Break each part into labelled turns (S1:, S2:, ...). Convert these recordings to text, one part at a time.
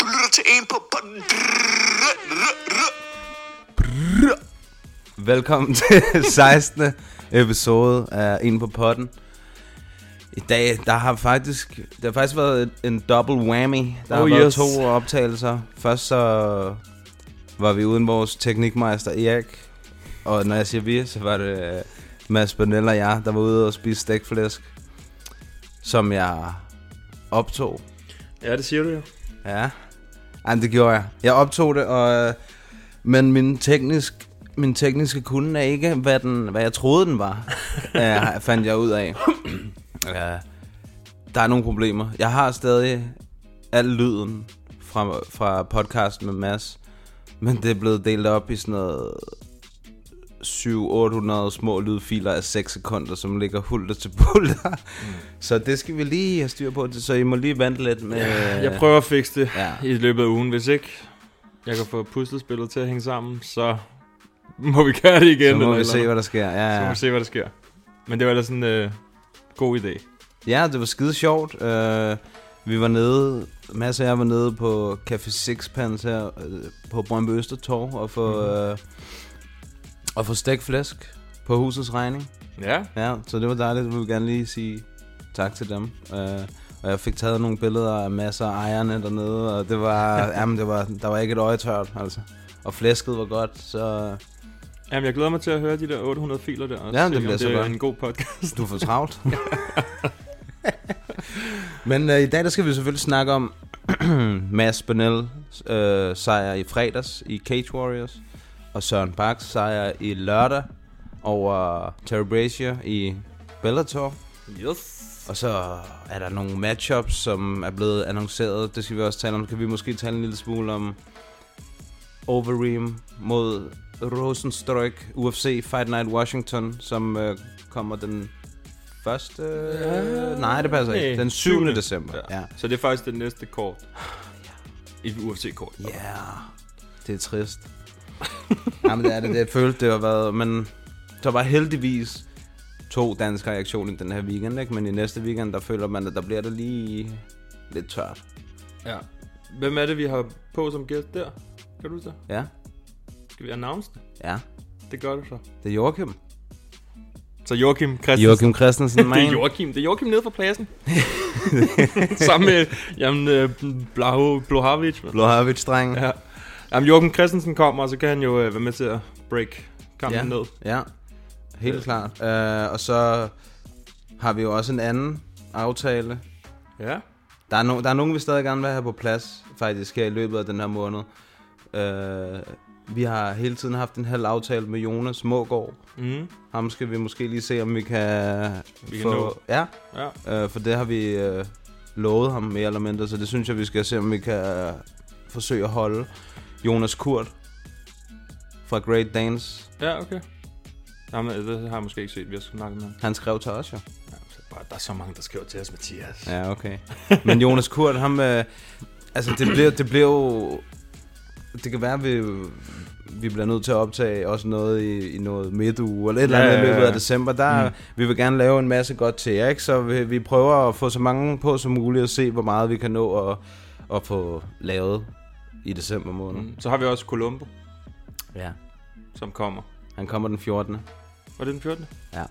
S1: Du lytter til en på potten.
S2: Velkommen til 16. episode af En på potten. I dag, der har faktisk, der har faktisk været et- en double whammy. Der har
S3: Oh,
S2: været
S3: yes.
S2: to optagelser. Først så var vi uden vores teknikmeister Erik. Og når jeg siger vi, så var det øh, Mads Bernell og jeg, der var ude og spise stegflæsk. Som jeg optog.
S3: Ja, det siger du jo.
S2: Ja. Ej, men det gjorde jeg. Jeg optog det, og, øh, men min, teknisk, min tekniske kunde er ikke, hvad, den, hvad jeg troede, den var, øh, fandt jeg ud af. ja. Der er nogle problemer. Jeg har stadig al lyden fra, fra podcasten med Mads, men det er blevet delt op i sådan noget 700-800 små lydfiler af 6 sekunder, som ligger hulter til bulter. Mm. Så det skal vi lige have styr på, så I må lige vente lidt med...
S3: Jeg prøver at fikse det
S2: Ja.
S3: ja. i løbet af ugen. Hvis ikke jeg kan få puslespillet til at hænge sammen, så må vi gøre det igen.
S2: Så må
S3: eller
S2: vi
S3: et
S2: se,
S3: eller
S2: hvad der sker. Ja,
S3: andet. Så må
S2: ja.
S3: vi se, hvad der sker. Men det var ellers en øh, god idé.
S2: ja det var skide sjovt. Uh, vi var nede, Mads og jeg var nede på Café Sixpence her øh, på Brøndby Østertorv og få,
S3: Mhm.
S2: mm-hmm. og få stegt flæsk på husets regning.
S3: Ja,
S2: Ja, så det var dejligt. Vi vil gerne lige sige tak til dem. Uh, og jeg fik taget nogle billeder af masser af ejerne dernede, og det var, jamen, det var, der var ikke et øje tørt, altså. Og flæsket var godt, så
S3: Jamen, jeg glæder mig til at høre de der 800 filer der. Og
S2: Ja,
S3: se,
S2: det
S3: om
S2: bliver så
S3: det er
S2: godt.
S3: en god podcast.
S2: Du er for travlt. Men øh, i dag der skal vi selvfølgelig snakke om Mads Benel øh, sejr i fredags i Cage Warriors, og Søren Baks sejr i lørdag over Terry Brazier i Bellator.
S3: Yes.
S2: Og så er der nogle matchups, som er blevet annonceret. Det skal vi også tale om. Kan vi måske tale en lille smule om Overeem mod Rosenstryk UFC Fight Night Washington, som øh, kommer den første... Ja, nej, det passer ikke.
S3: nej.
S2: Den 7.
S3: Syvende.
S2: december. Ja. ja.
S3: Så det er faktisk det næste kort. Et UFC-kort.
S2: Yeah. Det er trist. Jamen, det er det. Jeg følte, det har været... Men der var heldigvis to danske reaktioner i den her weekend, ikke? Men i næste weekend, der føler man, at der bliver det lige lidt tørt.
S3: Ja. Hvem er det, vi har på som gæst der? Kan du huske det?
S2: Ja,
S3: Skal vi announce det?
S2: ja.
S3: Det gør du så.
S2: Det er Joachim.
S3: Så Joachim Christensen.
S2: Joachim Christensen,
S3: Det er Joachim. Det er Joachim nede fra pladsen. Sammen med jamen, øh, Blaho, Blahovic. mand.
S2: Blohavits, dreng.
S3: Ja. Jamen, Joachim Christensen kommer, og så kan han jo øh, være med til at break kampen ned.
S2: ja. Helt
S3: Øh.
S2: klart. Uh, og så har vi jo også en anden aftale.
S3: Ja.
S2: Der er, no- der er nogen, vi stadig gerne vil have på plads, faktisk, her i løbet af den her måned. Uh, vi har hele tiden haft en halv aftale med Jonas Mågaard.
S3: Mm.
S2: Ham skal vi måske lige se, om vi kan
S3: Vi kan
S2: få...
S3: nå.
S2: Ja,
S3: Ja.
S2: Øh, for det har vi øh, lovet ham mere eller mindre, så det synes jeg, vi skal se, om vi kan øh, forsøge at holde. Jonas Kurt fra Great Dance,
S3: Ja, okay. Jamen, det har jeg måske ikke set, vi har snakket med ham.
S2: han skrev til os jo.
S3: Ja, så bare, der er så mange, der skriver til os, Mathias. Ja.
S2: Ja, okay. Men Jonas Kurt, ham... Øh, altså, det bliver, det bliver jo... Det kan være, at vi, vi bliver nødt til at optage også noget i, i noget midtuge eller et eller
S3: Ja,
S2: andet i
S3: ja, ja.
S2: løbet af december. Der,
S3: Mm.
S2: mm. Vi vil gerne lave en masse godt til jer, ikke? Så vi, vi prøver at få så mange på som muligt og se, hvor meget vi kan nå at, at få lavet i december måned. Mm.
S3: Så har vi også Columbo,
S2: Ja.
S3: som kommer.
S2: Han kommer den 14.
S3: Var det den 14.
S2: Ja.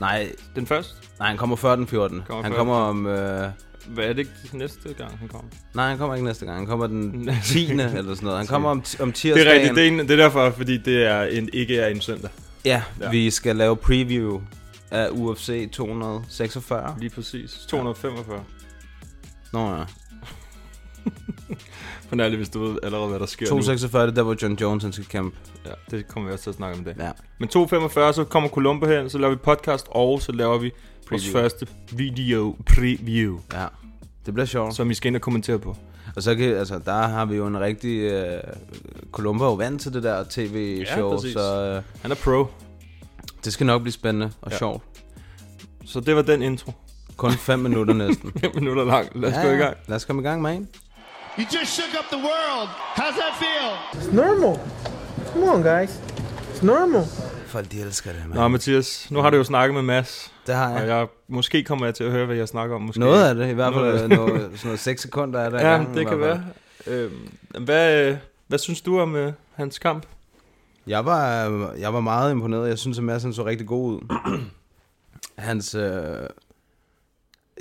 S2: Nej,
S3: Den første?
S2: nej, han kommer før den 14.
S3: Kommer
S2: han
S3: før
S2: kommer om... Øh,
S3: Hvad er det ikke næste gang, han kommer?
S2: nej, han kommer ikke næste gang. Han kommer den 10. eller sådan noget. Han kommer om, ti- om tirsdagen.
S3: Det er rigtigt, det er, en, det er derfor, fordi det er en, ikke er en søndag.
S2: Ja,
S3: Ja.
S2: ja, vi skal lave preview af UFC 246.
S3: Lige præcis. 245.
S2: Nå ja.
S3: For nærlig, hvis du ved allerede, hvad der sker nu.
S2: 246, det er der, hvor John Jones han skal kæmpe.
S3: Ja, det kommer vi også til at snakke om i dag. Ja.
S2: Ja.
S3: Men 2.45, så kommer Columbo hen, så laver vi podcast, og så laver vi preview. vores
S2: Preview.
S3: første video preview,
S2: ja. Det bliver sjovt. Så.
S3: som I skal ind og kommentere på.
S2: Og så kan, altså, der har vi jo en rigtig... Øh, Columba er jo vant til det der tv-show,
S3: Ja,
S2: ja,
S3: præcis.
S2: så øh,
S3: Han er pro.
S2: det skal nok blive spændende og
S3: Ja.
S2: ja. sjovt.
S3: Så det var den intro.
S2: Kun 5 minutter næsten.
S3: 5 minutter lang. Lad os ja, gå i gang.
S2: Lad os komme i gang, man.
S4: You just shook up the world. How's that feel?
S5: It's normal. Come on, guys. It's normal.
S2: Folk, de elsker det, man.
S3: Nå, Mathias, nu har du jo snakket med Mads.
S2: det har jeg.
S3: Og jeg, måske kommer jeg til at høre, hvad jeg snakker om. Måske.
S2: Noget af det, i hvert
S3: Noget af
S2: fald øh,
S3: det.
S2: noget, sådan noget 6 sekunder er der. i
S3: Ja,
S2: gangen, i
S3: det kan
S2: hvert fald.
S3: være. Øhm, hvad, øh, hvad synes du om øh, hans kamp?
S2: Jeg var, jeg var meget imponeret. Jeg synes, at Mads han så rigtig god ud. hans, øh,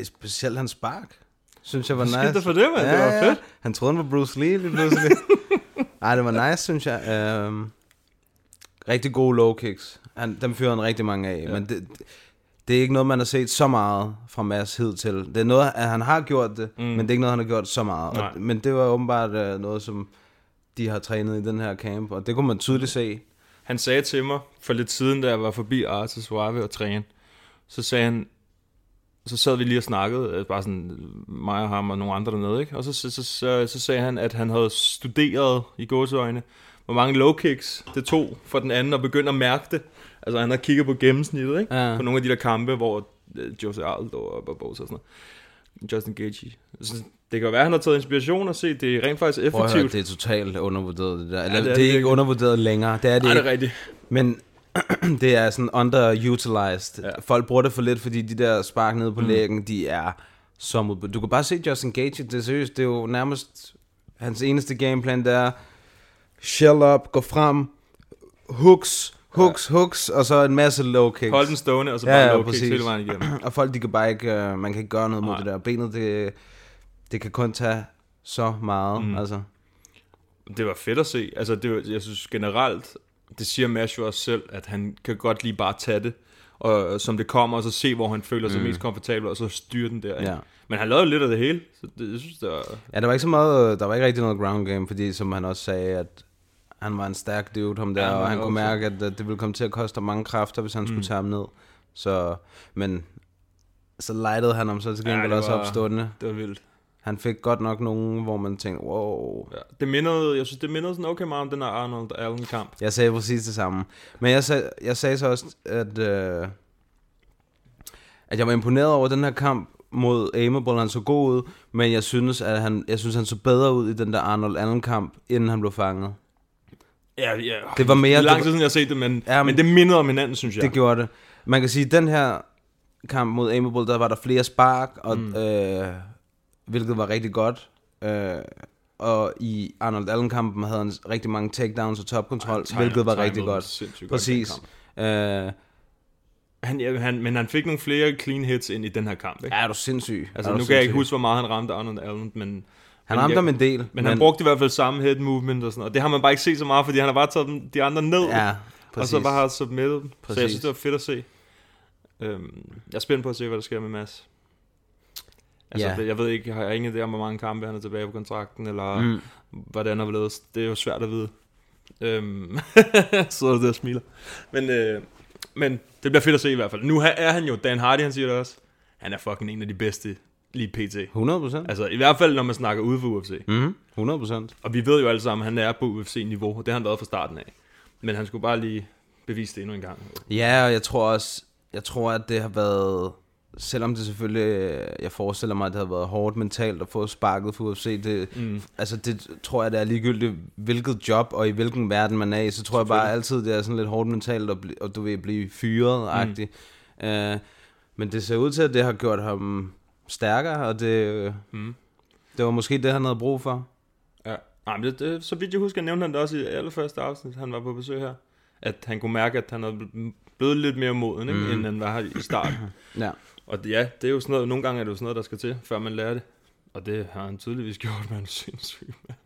S2: specielt hans spark, synes jeg var nice.
S3: Skidt da for det, mand. Det var fedt.
S2: Han troede, han var Bruce Lee lige pludselig. Nej, det var nice, synes jeg. Øh, rigtig gode low kicks. Han, dem fyrer han rigtig mange af. Ja. Men det, det er ikke noget, man har set så meget fra Mads hidtil. Det er noget, at han har gjort det, mm. men det er ikke noget, han har gjort så meget.
S3: Nej.
S2: Og, men det var åbenbart øh, noget, som de har trænet i den her camp, og det kunne man tydeligt se.
S3: Han sagde til mig for lidt siden, da jeg var forbi Arte Suave og træne, så sagde han, så sad vi lige og snakkede, øh, bare sådan øh, mig og ham og nogle andre dernede, ikke? og så, så, så, så, så sagde han, at han havde studeret i gåseøjne, hvor mange low kicks det tog for den anden, og begyndte at mærke det. Altså han har kigget på gennemsnittet, ikke?
S2: Ja.
S3: på nogle af de der kampe, hvor øh, Jose Aldo og Barbosa og sådan noget. Justin Gaethje. Så det kan jo være, at han har taget inspiration og set, det er rent faktisk
S2: Prøv at høre,
S3: effektivt.
S2: det er totalt undervurderet, det der. Eller,
S3: det er
S2: ja, det, er
S3: det
S2: det ikke
S3: virkelig.
S2: undervurderet længere. Det er det,
S3: Ej,
S2: ikke.
S3: det er rigtigt.
S2: Men det er sådan underutilized.
S3: Ja.
S2: Ja. Folk bruger det for lidt, fordi de der spark nede på mm. lægen, de er så mod... Du kan bare se Justin Gage, det er seriøst, det er jo nærmest hans eneste gameplan, der er shell up, gå frem, hooks, hooks, ja. hooks, og så en masse low kicks.
S3: Hold den stående, og så bare
S2: Ja,
S3: ja,
S2: ja,
S3: low kicks
S2: præcis.
S3: hele vejen igennem.
S2: og folk, de kan bare ikke, øh, man kan ikke gøre noget mod
S3: Nej.
S2: det der. Benet, det, det kan kun tage så meget, mm. altså.
S3: Det var fedt at se. Altså, det var, jeg synes generelt, det siger Mads jo også selv, at han kan godt lige bare tage det, og, og som det kommer, og så se, hvor han føler sig mm. mest komfortabel, og så styre den der. ikke?
S2: Ja.
S3: Men han lavede lidt af det hele, så det, jeg synes, det var...
S2: Ja, der var ikke så meget, øh, der var ikke rigtig noget ground game, fordi som han også sagde, at han var en stærk dude, ham der,
S3: Ja,
S2: ja,
S3: han
S2: og
S3: var
S2: han kunne
S3: også-
S2: mærke, at øh, det ville komme til at koste ham mange kræfter, hvis han mm. skulle tage ham ned. Så, men så lightede han ham så til gengæld
S3: det
S2: også
S3: var-
S2: opstående.
S3: Det var vildt.
S2: Han fik godt nok nogen, hvor man tænkte, wow.
S3: Ja. Det mindede, jeg synes, det mindede sådan okay meget om den her Arnold Allen kamp.
S2: Jeg sagde præcis det samme. Men jeg sagde, jeg sagde så også, at, øh, at jeg var imponeret over den her kamp mod Amable, han så god ud, men jeg synes, at han, jeg synes, han så bedre ud i den der Arnold Allen kamp, inden han blev fanget.
S3: Ja, ja.
S2: Det var mere-
S3: Det er
S2: det
S3: lang tid
S2: var-
S3: siden, jeg har set det, men, ja,
S2: Ja,
S3: men, men
S2: men-
S3: det mindede om hinanden, synes jeg.
S2: Det gjorde det. Man kan sige, at den her kamp mod Amable, der var der flere spark, og, mm. øh, hvilket var rigtig godt. Øh, og i Arnold Allen-kampen havde han rigtig mange takedowns og topkontrol,
S3: timer-
S2: hvilket var
S3: timede
S2: rigtig
S3: den
S2: godt.
S3: sindssygt godt, den
S2: Præcis. Øh,
S3: han, ja, han, men han fik nogle flere clean hits ind i den her kamp, ikke?
S2: ja, er du sindssyg.
S3: altså,
S2: Er
S3: nu
S2: du
S3: kan jeg ikke
S2: sindssyg.
S3: huske, hvor meget han ramte Arnold Allen, men...
S2: Han
S3: men
S2: ramte
S3: jeg-
S2: ham en del.
S3: Men, han brugte i hvert fald samme head movement og sådan noget. Og det har man bare ikke set så meget, fordi han har bare taget dem, de andre ned.
S2: Ja,
S3: og
S2: præcis.
S3: så bare har submittet dem. Så jeg
S2: Præcis.
S3: synes, det var fedt at se. Øhm, jeg er spændt på at se, hvad der sker med Mads. Altså,
S2: Ja.
S3: det, jeg ved ikke, har jeg ingen idé om, hvor mange kampe han er tilbage på kontrakten, eller mm. hvordan han ledes. Det er jo svært at vide. Øhm, så er det der og smiler. Men, øh, men det bliver fedt at se i hvert fald. Nu er han jo, Dan Hardy, han siger det også, han er fucking en af de bedste lige pt.
S2: 100 procent.
S3: Altså, i hvert fald, når man snakker ude for UFC.
S2: Mm, 100 procent.
S3: Og vi ved jo alle sammen, at han er på UFC-niveau, og det har han været fra starten af. Men han skulle bare lige bevise det endnu en gang.
S2: Ja, og jeg tror også, jeg tror, at det har været, selvom det selvfølgelig, øh, jeg forestiller mig, at det har været hårdt mentalt at få sparket for UFC, det, mm. altså det tror jeg, det er ligegyldigt, hvilket job og i hvilken verden man er i, så tror jeg bare altid, det er sådan lidt hårdt mentalt, at, bli, og du vil blive fyret-agtig. Mm. Uh, men det ser ud til, at det har gjort ham stærkere, og det, mm. det var måske det, han havde brug for.
S3: Ja. Nej, men det, det, så vidt jeg husker, nævnte han det også i allerførste afsnit, han var på besøg her. At han kunne mærke, at han havde bl- blevet lidt mere moden, ikke, mm. end han var her i starten.
S2: Ja.
S3: og det- ja, det er jo sådan noget, nogle gange er det jo sådan noget, der skal til, før man lærer det. Og det har han tydeligvis gjort, man er sindssyg. mand.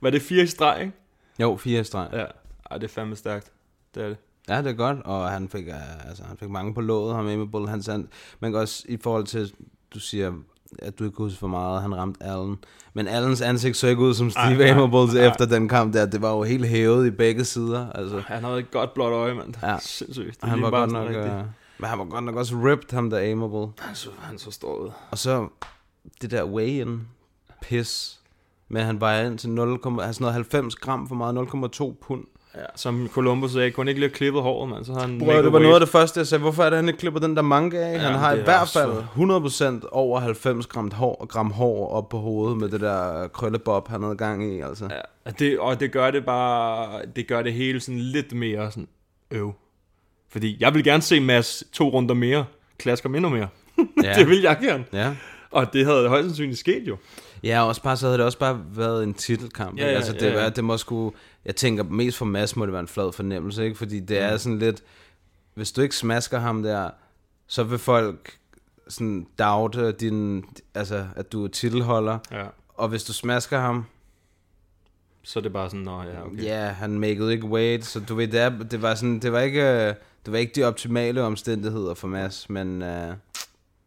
S3: Var det fire i streg, ikke?
S2: Jo, fire streg. Ja.
S3: Ja. Ej, det er fandme stærkt. Det er det.
S2: Ja, det er godt, og han fik, øh, altså, han fik mange på låget, ham Amable, han sand. Man kan også i forhold til, du siger, at du ikke husker for meget, han ramte Allen. Men Allens ansigt så ikke ud som Steve
S3: nej,
S2: Amables
S3: nej.
S2: efter den kamp der. Det var jo helt hævet i begge sider. Altså,
S3: Han havde et godt blåt øje, mand. Ja.
S2: Ja.
S3: Sindssygt. Det
S2: han
S3: lignede
S2: var
S3: bare
S2: godt
S3: sådan
S2: nok...
S3: rigtig-
S2: Øh, men han var godt nok også ripped, ham der Amable.
S3: Han så, han så stor ud.
S2: Og så det der weigh-in pis. Men han vejer ind til 0, altså sådan noget 90 gram for meget, 0,2 pund.
S3: Ja, som Columbus sagde, kunne han ikke lige have klippet håret, mand, så har han
S2: Bro,
S3: mega
S2: det var noget af
S3: waist.
S2: det første, jeg sagde. Hvorfor er det, han ikke klipper den der manga af? Ja, han har i
S3: det er
S2: hvert
S3: også
S2: fald 100% over 90 gram hår, gram hår op på hovedet med det der krøllebob, han havde gang i. Altså. Ja.
S3: Ja, og det, og det gør det bare, det gør det hele sådan lidt mere sådan, øv. Fordi jeg vil gerne se Mads to runder mere, klasker endnu mere.
S2: Ja.
S3: Ja. det vil jeg gerne.
S2: Ja.
S3: Og det havde højst sandsynligt sket jo.
S2: ja, også bare så havde det også bare været en titelkamp.
S3: Ja,
S2: ikke?
S3: ja,
S2: altså, det,
S3: ja, ja.
S2: var- det må sgu, jeg tænker mest for Mads må det være en flad fornemmelse, ikke? fordi det er sådan lidt, hvis du ikke smasker ham der, så vil folk sådan doubte din, altså, at du er titelholder.
S3: Ja.
S2: Og hvis du smasker ham,
S3: Så er det bare sådan, nå ja, Ah, okay.
S2: Ja, yeah, han makede ikke weight, så du ved, det, er, det var sådan, det var ikke, øh, det var ikke de optimale omstændigheder for Mads, men øh,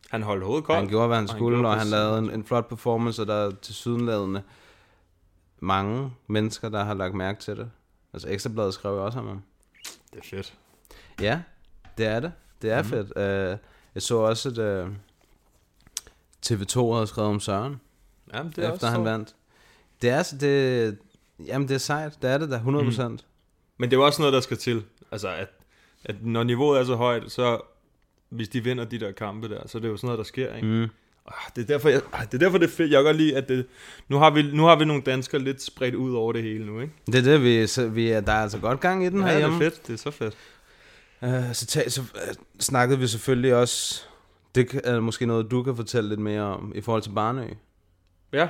S3: Han holdt hovedet koldt.
S2: han gjorde, hvad han skulle,
S3: gjorde
S2: og han
S3: præcis-
S2: lavede en, en flot performance, og der er til sydenladende mange mennesker, der har lagt mærke til det. Altså Ekstrabladet skrev jo også om ham.
S3: Det er fedt.
S2: Ja, det er det. Det
S3: Mhm.
S2: er mm. fedt. Øh, jeg så også, at øh, TV2 havde skrevet om Søren.
S3: Jamen, det er
S2: det
S3: også
S2: efter han
S3: sjovt.
S2: vandt. Det er, så- det, jamen det er sejt, det er det da, 100%. Mm.
S3: Men det er jo også noget, der skal til. Altså, at, at når niveauet er så højt, så hvis de vinder de der kampe der, så er det jo sådan noget, der sker, ikke? Mm. Det er, derfor, jeg, ah, det er derfor, det er fedt. Jeg kan godt lide, at det, nu, har vi, nu har vi nogle danskere lidt spredt ud over det hele nu, ikke?
S2: Det er det, vi, så vi er, der er altså godt gang i den
S3: Ja, det
S2: herhjemme.
S3: er fedt. Det er så fedt.
S2: fedt. Uh, så, tag, så uh, snakkede vi selvfølgelig også, det kan- er måske noget, du kan fortælle lidt mere om, i forhold til Barnø.
S3: Ja,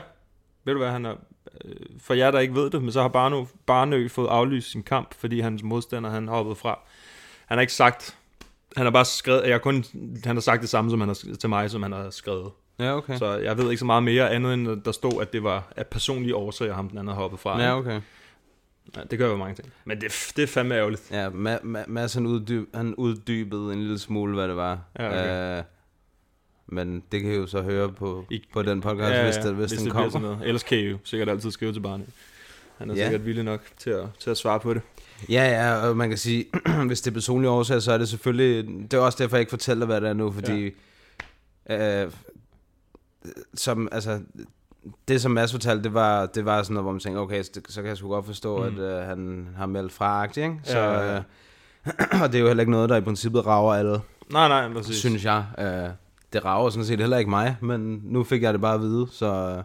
S3: ved du hvad, han er, øh, for jer, der ikke ved det, men så har Barnø, Barnø fået aflyst sin kamp, fordi hans modstander, han har hoppet fra. Han har ikke sagt, han har bare skrevet, jeg har kun, han har sagt det samme som han har, sk- til mig, som han har skrevet.
S2: Ja, okay. Så,
S3: Så jeg ved ikke så meget mere andet, end at der stod, at det var af personlige årsager, ham den anden har hoppet fra.
S2: ja, okay.
S3: ja, det gør jo mange ting. Men det, det er fandme ærgerligt.
S2: Ja, Ma- Ma- Mads han, uddyb, han uddybede en lille smule, hvad det var.
S3: Ja, okay.
S2: uh, men det kan I jo så høre på,
S3: I-
S2: på den podcast, ja, ja. Hvis, det, hvis, hvis den
S3: det bliver
S2: kommer.
S3: Sådan noget. Ellers kan I jo sikkert altid skrive til Barnø. Han er
S2: Ja.
S3: ja. sikkert villig nok til at, til at svare på det.
S2: Ja, ja, og man kan sige, hvis det er personlige årsager, så er det selvfølgelig... Det er også derfor, jeg ikke fortæller, hvad det er nu, fordi... Ja. Øh, som, altså, det, som Mads fortalte, det var, det var sådan noget, hvor man tænkte, okay, så, så kan jeg sgu godt forstå, mm. at øh, han har meldt fra agtig, ikke? Så,
S3: Ja, ja, ja.
S2: Øh, og det er jo heller ikke noget, der i princippet rager alle,
S3: Nej, nej, præcis.
S2: synes jeg. Øh, det rager sådan set heller ikke mig, men nu fik jeg det bare at vide, så... øh,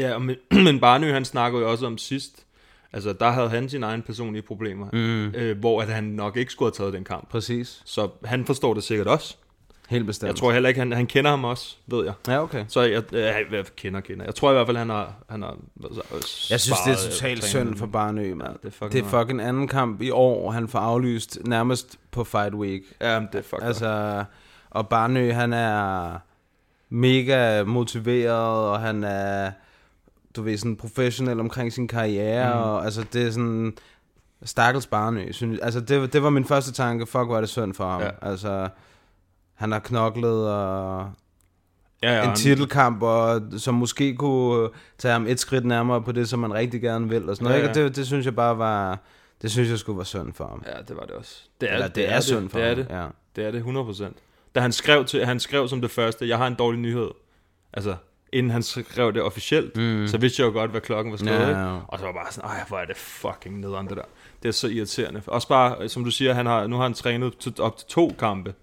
S3: Ja, og men, men Barnø, han snakkede jo også om sidst, altså der havde han sine egne personlige problemer, mm. øh, hvor at han nok ikke skulle have taget den kamp.
S2: Præcis.
S3: Så han forstår det sikkert også.
S2: Helt bestemt.
S3: Jeg tror heller ikke, han, han kender ham også, ved jeg.
S2: Ja, okay.
S3: Så jeg, øh, jeg, jeg kender, kender. Jeg tror i hvert fald, han har... Han har altså, øh,
S2: Jeg synes, det er
S3: sparet, øh,
S2: totalt
S3: træneren.
S2: synd for Barnø, mand.
S3: Ja, det er fucking
S2: det er
S3: meget.
S2: fucking anden kamp i år, han får aflyst nærmest på Fight Week.
S3: Ja, men det er fuck altså,
S2: Altså, og Barnø, han er mega motiveret, og han er, du ved, sådan professionel omkring sin karriere, mm. og altså, det er sådan, stakkels Barnø, synes, altså, det, det var min første tanke, fuck, hvor er det synd for ham.
S3: Ja.
S2: Altså, han har knoklet, og
S3: ja, ja,
S2: en
S3: han-
S2: titelkamp, og som måske kunne øh, tage ham et skridt nærmere på det, som man rigtig gerne vil, og sådan noget.
S3: Ja,
S2: Ja, ja.
S3: ja.
S2: Det, det synes jeg bare var, det synes jeg skulle være synd for ham.
S3: Ja, det var det også. Det er,
S2: Eller
S3: det, det er, er
S2: synd
S3: det,
S2: for
S3: det er
S2: ham.
S3: det.
S2: Ja.
S3: Det er det 100%. Da han skrev, til, han skrev som det første, jeg har en dårlig nyhed. Altså, inden han skrev det officielt, mm. så vidste jeg jo godt, hvad klokken var slået.
S2: Ja, ja,
S3: Ja,
S2: ja.
S3: Og så var jeg bare sådan, ej, hvor er det fucking nederen det der. Det er så irriterende. Også bare, som du siger, han har, nu har han trænet til, op til to kampe.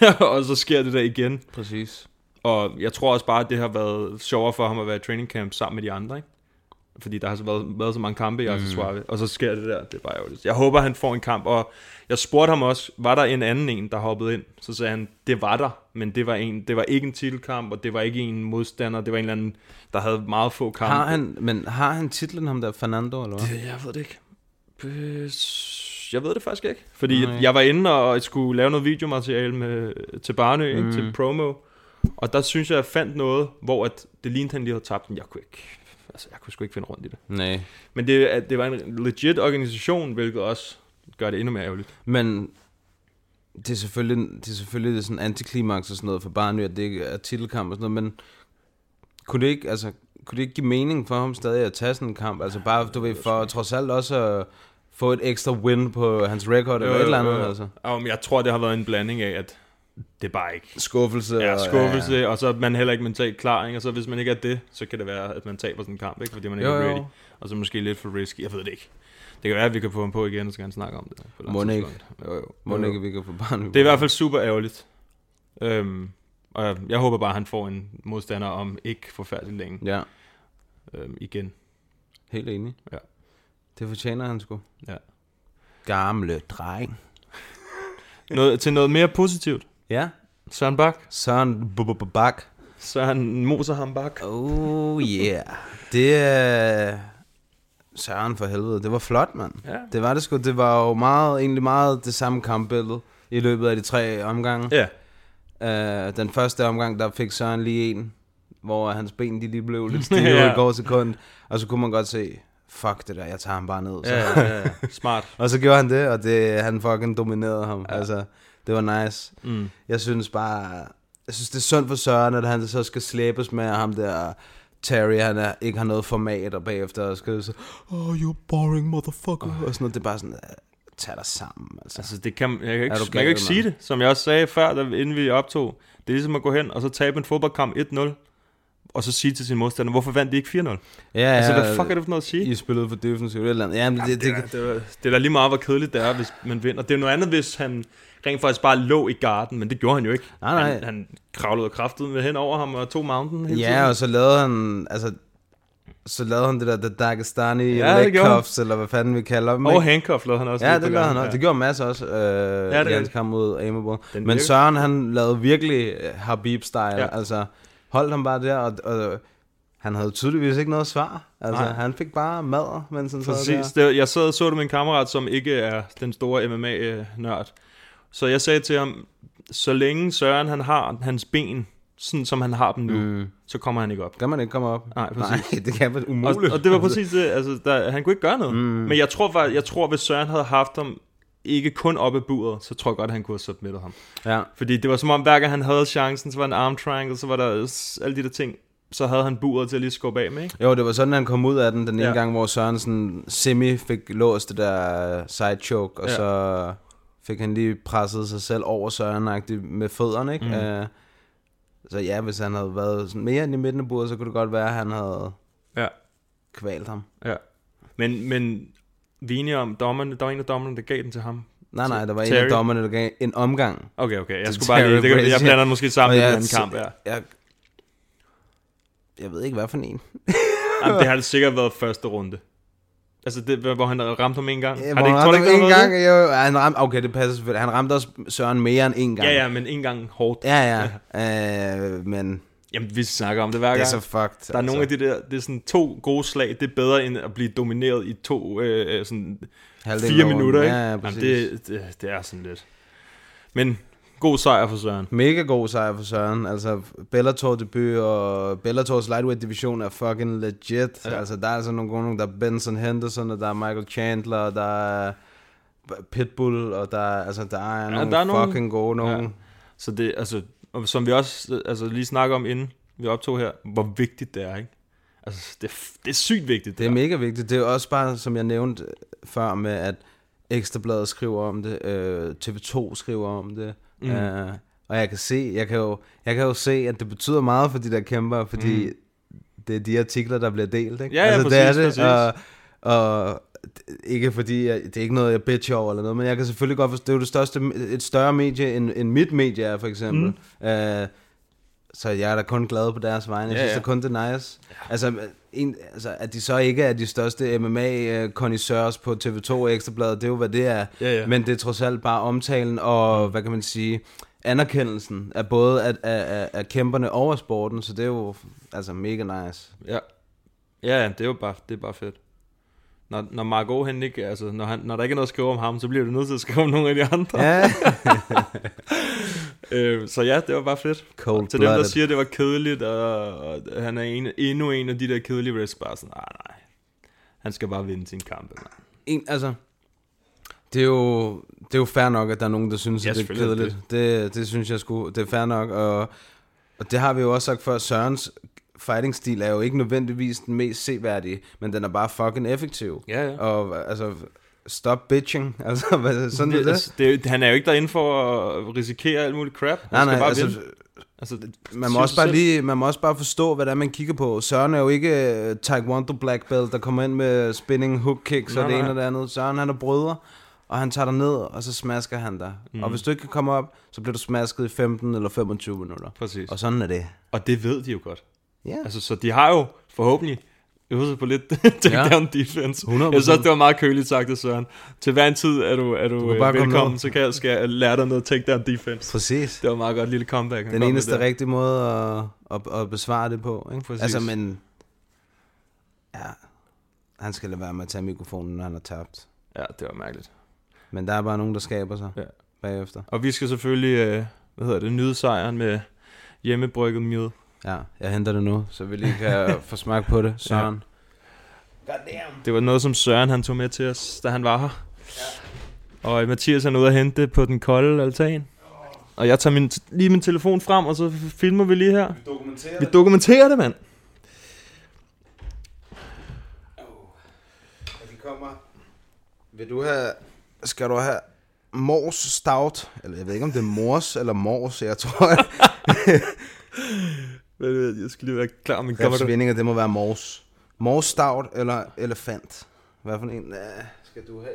S3: og så sker det der igen.
S2: Præcis.
S3: Og jeg tror også bare, at det har været sjovere for ham at være i training camp sammen med de andre, ikke? Fordi der har så været, været så mange kampe i
S2: Mm.
S3: Aksesuave, og så sker det der. Det er bare ærgerligt. Jeg håber, han får en kamp, og jeg spurgte ham også, var der en anden en, der hoppede ind? Så sagde han, det var der, men det var, en, det var ikke en titelkamp, og det var ikke en modstander, det var en eller anden, der havde meget få kampe.
S2: Har han, men har han titlen ham der, Fernando, eller hvad?
S3: Øh, Jeg ved det ikke. Bøs- Jeg ved det faktisk ikke. Fordi Nej. jeg var inde og skulle lave noget videomateriale med, til Barnø, mm. ikke, til promo. Og der synes jeg, jeg fandt noget, hvor at det lignede, han lige havde tabt den. Jeg kunne ikke... Altså, jeg kunne sgu ikke finde rundt i det.
S2: Nej.
S3: Men det, at det var en legit organisation, hvilket også gør det endnu mere ærgerligt.
S2: Men det er selvfølgelig, det er selvfølgelig sådan antiklimaks og sådan noget for Barnø, at det ikke er titelkamp og sådan noget, men kunne det ikke, altså, kunne det ikke give mening for ham stadig at tage sådan en kamp? Altså bare, du ved, for trods alt også at
S3: Øh,
S2: få et ekstra win på hans record eller et eller andet, altså.
S3: Og jeg tror, det har været en blanding af, at det er bare ikke
S2: skuffelse.
S3: Ja,
S2: og-
S3: skuffelse, ja, ja. og så er man heller ikke mentalt klar, ikke? og så hvis man ikke er det, så kan det være, at man taber sådan en kamp, ikke? fordi man ikke
S2: Jo,
S3: er
S2: jo.
S3: ready, og så måske lidt for risky, jeg ved det ikke. Det kan være, at vi kan få ham på igen, og så kan han snakke om det. på et
S2: Må
S3: andet
S2: ikke.
S3: tidspunkt. Jo, jo.
S2: Må
S3: Jo, jo.
S2: ikke, vi kan få barn.
S3: Det er i hvert fald super ærgerligt. Øhm, og jeg, jeg håber bare, at han får en modstander om ikke forfærdeligt længe
S2: Ja,
S3: øhm, igen.
S2: helt enig.
S3: Ja.
S2: Det fortjener han sgu.
S3: Ja.
S2: Gamle dreng.
S3: Noget, til noget mere positivt.
S2: Ja,
S3: Søren Bak.
S2: Søren Bak.
S3: Søren moser ham Bak.
S2: Oh yeah. Det er... Søren for helvede. Det var flot, mand.
S3: Ja.
S2: Det var det sgu. Det var jo meget, egentlig meget det samme kampbillede i løbet af de tre omgange.
S3: Ja,
S2: Øh, den første omgang, der fik Søren lige en, hvor hans ben de lige blev lidt stive ja.
S3: Ja.
S2: i går sekund. Og så kunne man godt se, fuck det der, jeg tager ham bare ned. Så.
S3: ja, ja, ja. smart.
S2: Og så gjorde han det, og det, han fucking dominerede ham. Ja. Altså, det var nice.
S3: Mm.
S2: Jeg synes bare, jeg synes det er synd for Søren, at han så skal slæbes med ham der Terry, han er, ikke har noget format, og bagefter og skal så, oh, you're boring, motherfucker, og sådan noget. Det er bare sådan, "Ah, tag dig sammen, altså.
S3: Altså, det kan, jeg kan ikke,
S2: Er du
S3: man
S2: gal,
S3: kan ikke sige
S2: mand?
S3: det, som jeg også sagde før, da, inden vi optog. Det er ligesom at gå hen og så tabe en fodboldkamp 1-0, og så sige til sin modstander, hvorfor vandt de ikke 4-0? Ja,
S2: Ja,
S3: altså, hvad fuck er det for noget at sige?
S2: I spillede for defensivt eller et eller andet. Jamen, det, det,
S3: det,
S2: det,
S3: det, det, det er da lige meget, hvor kedeligt det er, hvis man vinder. Det er jo noget andet, hvis han rent faktisk bare lå i garden, men det gjorde han jo ikke.
S2: Nej, nej.
S3: Han, han kravlede og kraftede med hen over ham og tog mountain hele
S2: ja,
S3: tiden.
S2: og så lavede han, altså, så lavede han det der The Dagestani
S3: Ja,
S2: ja,
S3: det
S2: leg
S3: gjorde han.
S2: cuffs, eller hvad fanden vi kalder dem.
S3: og
S2: ikke?
S3: handcuff lavede han også.
S2: Ja,
S3: lige
S2: det
S3: på
S2: lavede han
S3: gangen.
S2: også. Det gjorde Mads også øh,
S3: det
S2: ja,
S3: gør
S2: i hans
S3: det.
S2: kamp mod Amable.
S3: Den
S2: Men
S3: virker.
S2: Søren, han lavede virkelig øh, Habib-style. Ja.
S3: Ja.
S2: Altså, holdt ham bare der, og, og han havde tydeligvis ikke noget svar. Altså,
S3: Nej.
S2: han fik bare mad, mens han sad
S3: Præcis.
S2: der.
S3: Det, jeg sad og så det med en kammerat, som ikke er den store MMA-nørd. Så jeg sagde til ham, så længe Søren han har hans ben, sådan som han har dem nu, mm. så kommer han ikke op.
S2: Kan man ikke komme op?
S3: Nej, præcis.
S2: Nej, det kan man
S3: Og,
S2: umuligt.
S3: og det var præcis det, altså, der, han kunne ikke gøre noget. Mm. Men jeg tror, faktisk, jeg tror, hvis Søren havde haft ham ikke kun op i buret, så tror jeg godt, han kunne have submittet ham.
S2: Ja.
S3: Fordi det var som om, hver gang han havde chancen, så var en arm triangle, så var der s- alle de der ting, så havde han buret til at lige skubbe af med, ikke?
S2: Jo, det var sådan, han kom ud af den den ene
S3: Ja.
S2: gang, hvor Søren sådan semi fik låst det der øh, side choke, og
S3: Ja.
S2: så fik han lige presset sig selv over Søren med fødderne,
S3: Mhm.
S2: ikke? Mm. Uh, så ja, hvis han havde været sådan mere inde i midten af bordet, så kunne det godt være, at han havde
S3: Ja.
S2: kvalt ham.
S3: Ja. Men, men vi er enige om dommerne, der var en af dommerne, der gav den til ham.
S2: Nej, nej, der var en
S3: Terry.
S2: af dommerne, der gav en omgang.
S3: Okay, okay. Jeg
S2: Til
S3: skulle bare lige, det,
S2: Terry
S3: kan- jeg
S2: Brazier.
S3: blander den måske sammen
S2: Og
S3: med den
S2: jeg-
S3: anden kamp, ja.
S2: Jeg, jeg ved ikke, hvad for en.
S3: Jamen, det har det sikkert været første runde. Altså, det, hvor han ramte ham en gang.
S2: Ja,
S3: har
S2: hvor
S3: det ikke, tror du
S2: han
S3: ikke, det
S2: en
S3: har
S2: gang,
S3: været
S2: jo, han ramte, okay, det passer selvfølgelig. Han ramte også Søren mere end en
S3: det?
S2: gang.
S3: Ja, ja, men en gang hårdt.
S2: Ja, ja. Øh, men
S3: Jamen, vi snakker om det hver gang.
S2: det er så fucked. altså.
S3: Der er nogle af de der, det er sådan to gode slag, det er bedre end at blive domineret i to, øh, øh, sådan
S2: Halvdelen
S3: fire
S2: af runden.
S3: minutter, ikke?
S2: Ja, ja,
S3: Jamen,
S2: præcis.
S3: det, det, det er sådan lidt. Men god sejr for Søren.
S2: Mega god sejr for Søren. Altså, Bellator debut og Bellators lightweight division er fucking legit. Ja. Altså, der er altså nogle gode nogle. Der er Benson Henderson, og der er Michael Chandler, og der er Pitbull, og der er, altså, der er, ja, nogle,
S3: der er nogle-
S2: fucking gode nogle.
S3: Ja.
S2: Ja.
S3: Så det, altså, og som vi også øh, altså, lige snakker om, inden vi optog her, hvor vigtigt det er, ikke? Altså, det, er f- det er sygt vigtigt.
S2: Det er
S3: der.
S2: mega vigtigt. Det er jo også bare, som jeg nævnte øh, før, med at Ekstrabladet skriver om det, øh, TV2 skriver om det, mm. øh, og jeg kan se, jeg kan, jo, jeg kan jo se, at det betyder meget for de der kæmper, fordi mm. det er de artikler, der bliver delt, ikke? Altså,
S3: Ja, ja, præcis,
S2: det er det, og, og d- ikke fordi, jeg, det er ikke noget, jeg bitcher over eller noget, men jeg kan selvfølgelig godt forstå, det er jo det største, et større medie, end, end mit medie er, for eksempel. Mm. Øh, så jeg er da kun glad på deres vegne. Jeg
S3: Ja,
S2: synes
S3: ja.
S2: da kun, det er nice. Altså, en, altså, at de så ikke er de største mma konnoisseurs på TV2 og Ekstrabladet, det er jo, hvad det er.
S3: Ja, Mm. ja.
S2: Men det er trods alt bare omtalen og, hvad kan man sige, anerkendelsen af både af, af, af, af kæmperne over sporten, så det er jo altså mega nice.
S3: Ja. Ja, ja, det er jo bare, det er bare fedt. Når, når Marco han ikke, altså, når, han, når der ikke er noget at skrive om ham, så bliver du nødt til at skrive om nogle af de andre.
S2: Ja,
S3: Øh, så ja, det var bare fedt.
S2: Cold
S3: Til dem, der
S2: blooded.
S3: siger, det var kedeligt, og, og han er en, endnu en af de der kedelige wrestlers, bare sådan, nej, nej. Han skal bare vinde sin kamp. mand."
S2: en, altså, det er, jo, det er jo fair nok, at der er nogen, der synes,
S3: Ja,
S2: ja, at det er
S3: selvfølgelig er det
S2: kedeligt. Det. Det, det synes jeg sgu, det er fair nok. Og, og det har vi jo også sagt før, Sørens fighting-stil er jo ikke nødvendigvis den mest seværdige, men den er bare fucking effektiv.
S3: Ja, ja.
S2: Og altså, Stop bitching. Altså, hvad, sådan er
S3: Det,
S2: det.
S3: altså, det, er jo- han er jo ikke derinde for at risikere alt muligt crap. Han
S2: Nej,
S3: skal
S2: nej,
S3: bare
S2: altså,
S3: vinde. altså, det-
S2: man
S3: synes
S2: må, også
S3: sig
S2: bare
S3: selv.
S2: lige, man må også bare forstå, hvad det er, man kigger på. Søren er jo ikke øh, Taekwondo Black Belt, der kommer ind med spinning hook kicks
S3: Nej,
S2: og det ene
S3: nej.
S2: og det andet. Søren han er brødre, og han tager dig ned, og så smasker han dig. Mm.
S3: Mhm.
S2: Og hvis du ikke kan komme op, så bliver du smasket i 15 eller 25 minutter.
S3: Præcis.
S2: Og sådan er det.
S3: Og det ved de jo godt.
S2: Ja.
S3: Altså, så de har jo forhåbentlig øvet sig på lidt takedown ja. defense.
S2: 100%.
S3: Jeg synes også, det var meget køligt sagt af Søren. Til hver en tid er du, er du,
S2: kan
S3: øh,
S2: bare komme
S3: velkommen,
S2: ned.
S3: så kan jeg, skal jeg lære dig noget takedown defense.
S2: Præcis.
S3: Det var et meget godt lille comeback. han kom
S2: Den
S3: med
S2: eneste
S3: der.
S2: rigtige måde at, at, at besvare det på. Ikke?
S3: Præcis.
S2: Altså, men... Ja, han skal lade være med at tage mikrofonen, når han er tabt.
S3: Ja, det var mærkeligt.
S2: Men der er bare nogen, der skaber sig
S3: Ja.
S2: ja. bagefter.
S3: Og vi skal selvfølgelig, øh, hvad hedder det, nyde sejren med hjemmebrygget mjød.
S2: Ja, jeg henter det nu, så vi lige kan få smag på det, Søren.
S3: Det var noget, som Søren han tog med til os, da han var her. Ja. Og øh, Mathias han er ude at hente det på den kolde altan. Og jeg tager min, lige min telefon frem, og så filmer vi lige her.
S2: Dokumentere
S3: Vi dokumenterer det, mand.
S2: vi kommer. Vil du have... Skal du have mors stout? Eller jeg ved ikke, om det er mors eller mors, jeg tror.
S3: Hvad er det? Jeg skal lige være klar med
S2: Kommer Vindinger, det må være mors. Mors stout eller elefant? Hvad for en øh, skal du have?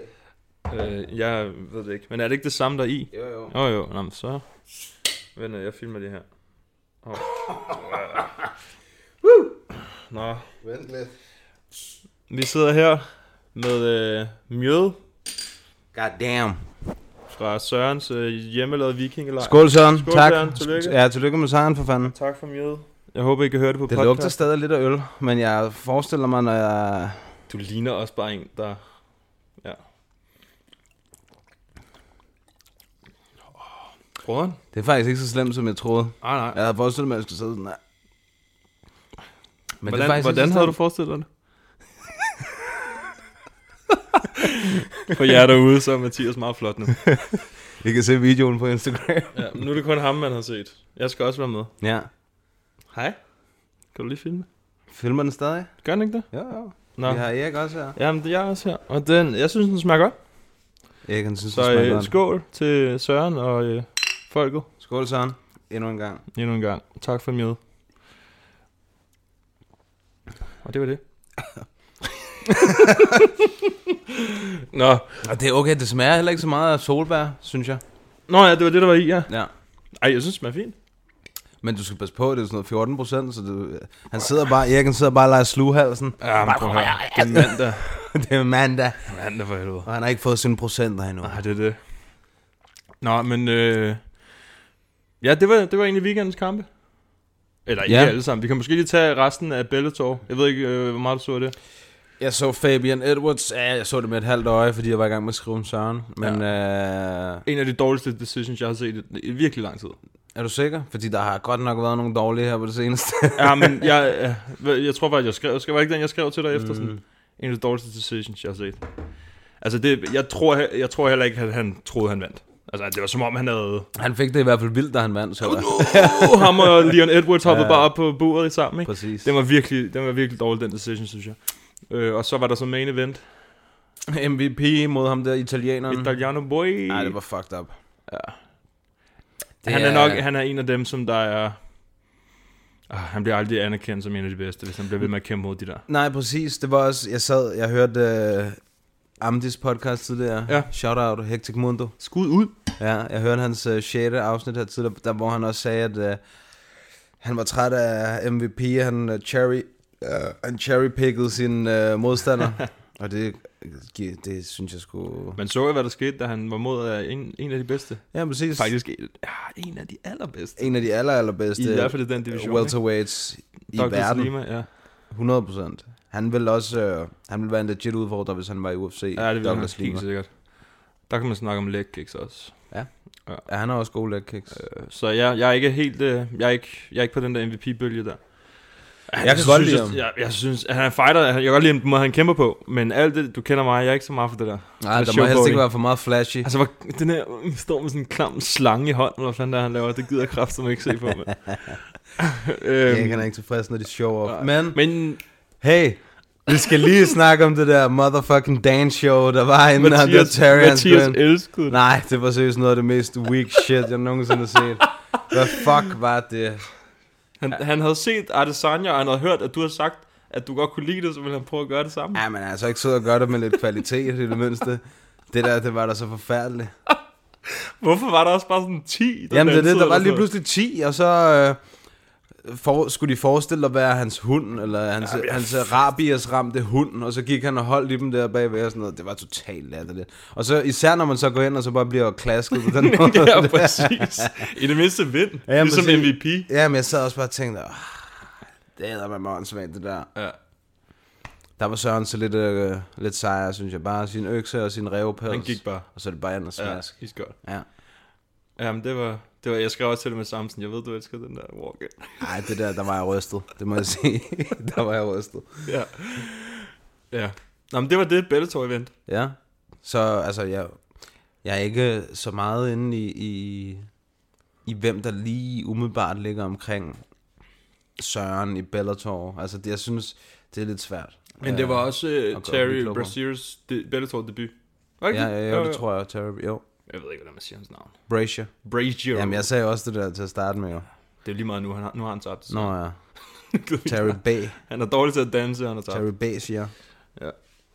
S3: Øh, jeg ved det ikke. Men er det ikke det samme, der er i?
S2: Jo, jo.
S3: Jo, jo. Nå, men så... Vent, øh, jeg filmer det her. Oh. Nå,
S2: Vent lidt.
S3: vi sidder her med øh, mjød
S2: God damn.
S3: fra Sørens øh, hjemmelavede vikingelejr.
S2: Skål, Søren.
S3: Skål,
S2: tak.
S3: Søren. Tillykke.
S2: Ja, tillykke med sejren for fanden.
S3: Tak for mjød. Jeg håber, I kan høre det på
S2: Det
S3: podcast.
S2: lugter stadig lidt af øl, men jeg forestiller mig, når jeg...
S3: Du ligner også bare en, der... Ja. Prøver den?
S2: Det er faktisk ikke så slemt, som jeg troede.
S3: Nej, nej.
S2: Jeg havde forestillet mig, at jeg skulle sidde sådan her. Men
S3: Men hvordan, hvordan havde du forestillet dig det? For jer derude, så er Mathias meget flot nu.
S2: I kan se videoen på Instagram.
S3: Ja, men nu er det kun ham, man har set. Jeg skal også være med.
S2: ja.
S3: Hej. Kan du lige filme?
S2: Filmer den stadig?
S3: Gør den ikke det?
S2: Jo, jo.
S3: Nå.
S2: Vi har Erik også her.
S3: Jamen, det er jeg også her. Og den, jeg synes, den smager godt.
S2: Erik, han synes, det
S3: Så
S2: smager
S3: øh,
S2: godt.
S3: skål til Søren og øh, folket.
S2: Skål, Søren. Endnu en gang.
S3: Endnu en gang. Tak for med. Og det var det. Nå.
S2: Og det er okay, det smager heller ikke så meget af solbær, synes jeg.
S3: Nå ja, det var det, der var i, ja.
S2: Ja.
S3: Ej, jeg synes, det smager fint.
S2: Men du skal passe på, det er sådan noget 14 procent, så det, han sidder bare, Erik han sidder bare og leger slughalsen.
S3: Ja, men prøv at høre. Det er mandag.
S2: det er mandag,
S3: Mandag for helvede.
S2: og han har ikke fået sine procenter endnu.
S3: Nej, det er det. Nå, men... Øh... Ja, det var, det var egentlig weekendens kampe. Eller ikke
S2: Ja.
S3: alle sammen. Vi kan måske lige tage resten af Bellator. Jeg ved ikke, øh, hvor meget du så af det.
S2: Jeg så Fabian Edwards, ja, jeg så det med et halvt øje, fordi jeg var i gang med at skrive om Søren. Men ja. øh,
S3: En af de dårligste decisions, jeg har set i, i virkelig lang tid.
S2: er du sikker? Fordi der har godt nok været nogle dårlige her på det seneste.
S3: Ja, men jeg, jeg, jeg, jeg tror faktisk, jeg skrev... Skal var ikke den, jeg skrev til dig efter sådan... En af de dårligste decisions, jeg har set. Altså, det, jeg, tror, he- jeg tror heller ikke, at han troede, han vandt. Altså, det var som om, han havde...
S2: han fik det i hvert fald vildt, da han vandt, så jeg.
S3: Uh, ham og Leon Edwards hoppede ja. bare op på bordet sammen, ikke?
S2: Præcis.
S3: Den var virkelig, den var virkelig dårlig, den decision, synes jeg. Øh, og så var der så main event.
S2: MVP mod ham der italieneren.
S3: Italiano boy.
S2: Nej, det var fucked up. Ja.
S3: han er nok han er en af dem, som der er... Ah, han bliver aldrig anerkendt som en af de bedste, hvis han bliver ved med at kæmpe mod de der.
S2: Nej, præcis. Det var også... Jeg sad... Jeg hørte uh, Amdis podcast tidligere.
S3: Ja.
S2: Shout out, Hectic Mundo.
S3: Skud ud.
S2: Ja, jeg hørte hans uh, 6. afsnit her tidligere, der, hvor han også sagde, at uh, han var træt af MVP. Han uh, cherry... Uh, han cherrypickede sin uh, modstander. Og det, gi- det synes jeg skulle...
S3: Man så jo, hvad der skete, da han var mod af en, en af de bedste.
S2: Ja, præcis.
S3: Faktisk en, ja, en af de allerbedste.
S2: En af de aller,
S3: I
S2: allerbedste
S3: hvert fald i den division.
S2: welterweights i
S3: ikke? Dr.
S2: verden.
S3: Slima, ja.
S2: 100 procent. Han vil også øh, han vil være en legit udfordrer, hvis han var i UFC.
S3: ja, det vil han
S2: Douglas
S3: helt
S2: Lima.
S3: sikkert. Der kan man snakke om leg kicks også.
S2: Ja, han har også gode leg kicks. Øh,
S3: Så jeg, jeg er ikke helt, øh, jeg er ikke, jeg er ikke på den der MVP-bølge der.
S2: Jeg kan godt
S3: synes,
S2: lide
S3: jeg-
S2: ham.
S3: Jeg, jeg synes, at han er fighter. Jeg kan godt lide den måde, han kæmper på. Men alt det, du kender mig, jeg er ikke så meget for det der.
S2: Nej,
S3: Det er
S2: der må helst
S3: showboating.
S2: ikke være for meget flashy.
S3: Altså, hvor, den her øh, står med sådan en klam slange i hånden, hvad fanden der han laver, det gider jeg kraftigt ikke se på. Men.
S2: Øhm, jeg
S3: øhm,
S2: kan ikke tilfreds, når de show off. Men, men
S3: men
S2: hey, Vi skal lige snakke om det der motherfucking dance show, der var inden under
S3: Mathias,
S2: Terry and
S3: Mathias
S2: Gwen.
S3: elskede det.
S2: Nej, det var seriøst noget af det mest weak shit, jeg nogensinde har set. Hvad fuck var det?
S3: Han, han havde set Artesania, og han havde hørt, at du havde sagt, at du godt kunne lide det, så ville han prøve at gøre det samme.
S2: Ja, men altså ikke sidde og gøre det med lidt kvalitet i det mindste. Det der, det var da så forfærdeligt.
S3: Hvorfor var der også bare sådan 10? Der
S2: Jamen det er
S3: dansede
S2: det, der var
S3: eller
S2: lige
S3: sådan noget?
S2: pludselig 10, og så øh, for, skulle de forestille at være hans hund, eller hans, ja, hans rabies ramte hund, og så gik han og holdt i dem der bagved og sådan noget. Det var totalt latterligt. Og så især når man så går ind og så bare bliver klasket på den måde.
S3: Ja, præcis. I det mindste vind. Ja, ligesom
S2: præcis.
S3: MVP.
S2: Ja, men jeg sad også bare og tænkte, "Åh, det er med morgensvagt, det der.
S3: Ja.
S2: Der var Søren så lidt, øh, lidt sejere, synes jeg. Bare sin økse og sin revpels.
S3: Han gik bare.
S2: Og så er det bare andet
S3: Ja,
S2: smask.
S3: he's godt.
S2: Ja. ja.
S3: Jamen, det var, det var, jeg skrev også til det med Samson. Jeg ved, du elsker den der walk -in.
S2: Ej, det der, der var jeg rystet. Det må jeg sige. der var jeg rystet.
S3: Ja. Ja. Nå, men det var det Bellator-event.
S2: Ja. Så altså, jeg, jeg er ikke så meget inde i, i, i hvem der lige umiddelbart ligger omkring Søren i Bellator. Altså, det, jeg synes, det er lidt svært. Øh,
S3: Men det var også uh,
S2: og
S3: Terry
S2: Goldie Glover.
S3: Braziers de- Bellator-debut. Var det
S2: Ja,
S3: ikke
S2: ja, ja, det tror jeg. Terry, jo.
S3: Jeg ved ikke, hvordan man siger hans navn.
S2: Brazier.
S3: Brazier.
S2: Jamen, jeg sagde også det der til at starte med, jo.
S3: Det er lige meget nu, han har, nu har han tabt. Så.
S2: Nå ja, Terry B.
S3: han er dårlig til at danse, han har tabt.
S2: Terry B siger.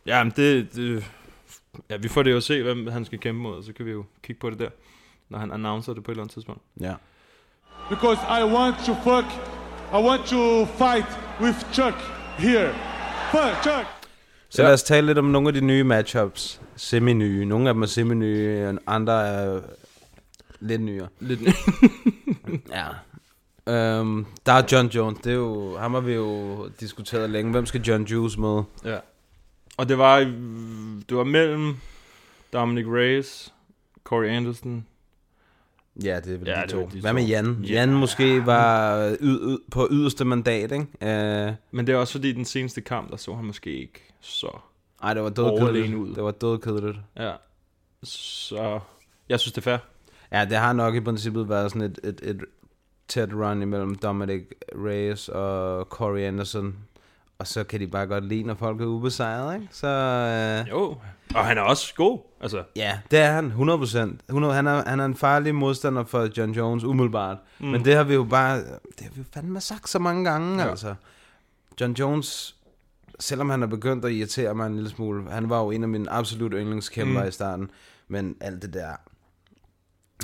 S3: Ja, men det, det, ja, vi får det jo at se, hvem han skal kæmpe mod, og så kan vi jo kigge på det der, når han announcer det på et eller andet tidspunkt.
S2: Ja.
S6: Because I want to fuck, I want to fight with Chuck here. Fuck Chuck.
S2: Så lad os tale lidt om nogle af de nye matchups. Semi-nye. Nogle af dem er semi-nye, andre er lidt nyere.
S3: Lidt
S2: Ja. Øhm, der er John Jones. Det er jo, ham har vi jo diskuteret længe. Hvem skal John Juice med?
S3: ja. Og det var, det var mellem Dominic Reyes, Corey Anderson.
S2: Ja, det er vel
S3: Ja,
S2: ja, de
S3: det
S2: to.
S3: er de
S2: Hvad
S3: to.
S2: med Jan?
S3: Ja.
S2: Jan måske var yd- yd- på yderste mandat, ikke? Øh,
S3: Men det er også fordi, den seneste kamp, der så han måske ikke så.
S2: ej, det var dødkedeligt.
S3: Overlegen ud.
S2: ud. Det var dødkedeligt.
S3: Ja. Så jeg synes, det er fair.
S2: Ja, det har nok i princippet været sådan et, et, et tæt run imellem Dominic Reyes og Corey Anderson. Og så kan de bare godt lide, når folk er ubesejret, ikke? Så øh,
S3: Jo. Og han er også god. Altså,
S2: ja, det er han 100%. 100 han, er, han er en farlig modstander for John Jones, umiddelbart. Mm. Men det har vi jo bare, det har vi jo fandme sagt så mange gange, ja. altså. John Jones, selvom han er begyndt at irritere mig en lille smule, han var jo en af mine absolut yndlingskæmper mm. i starten, men alt det der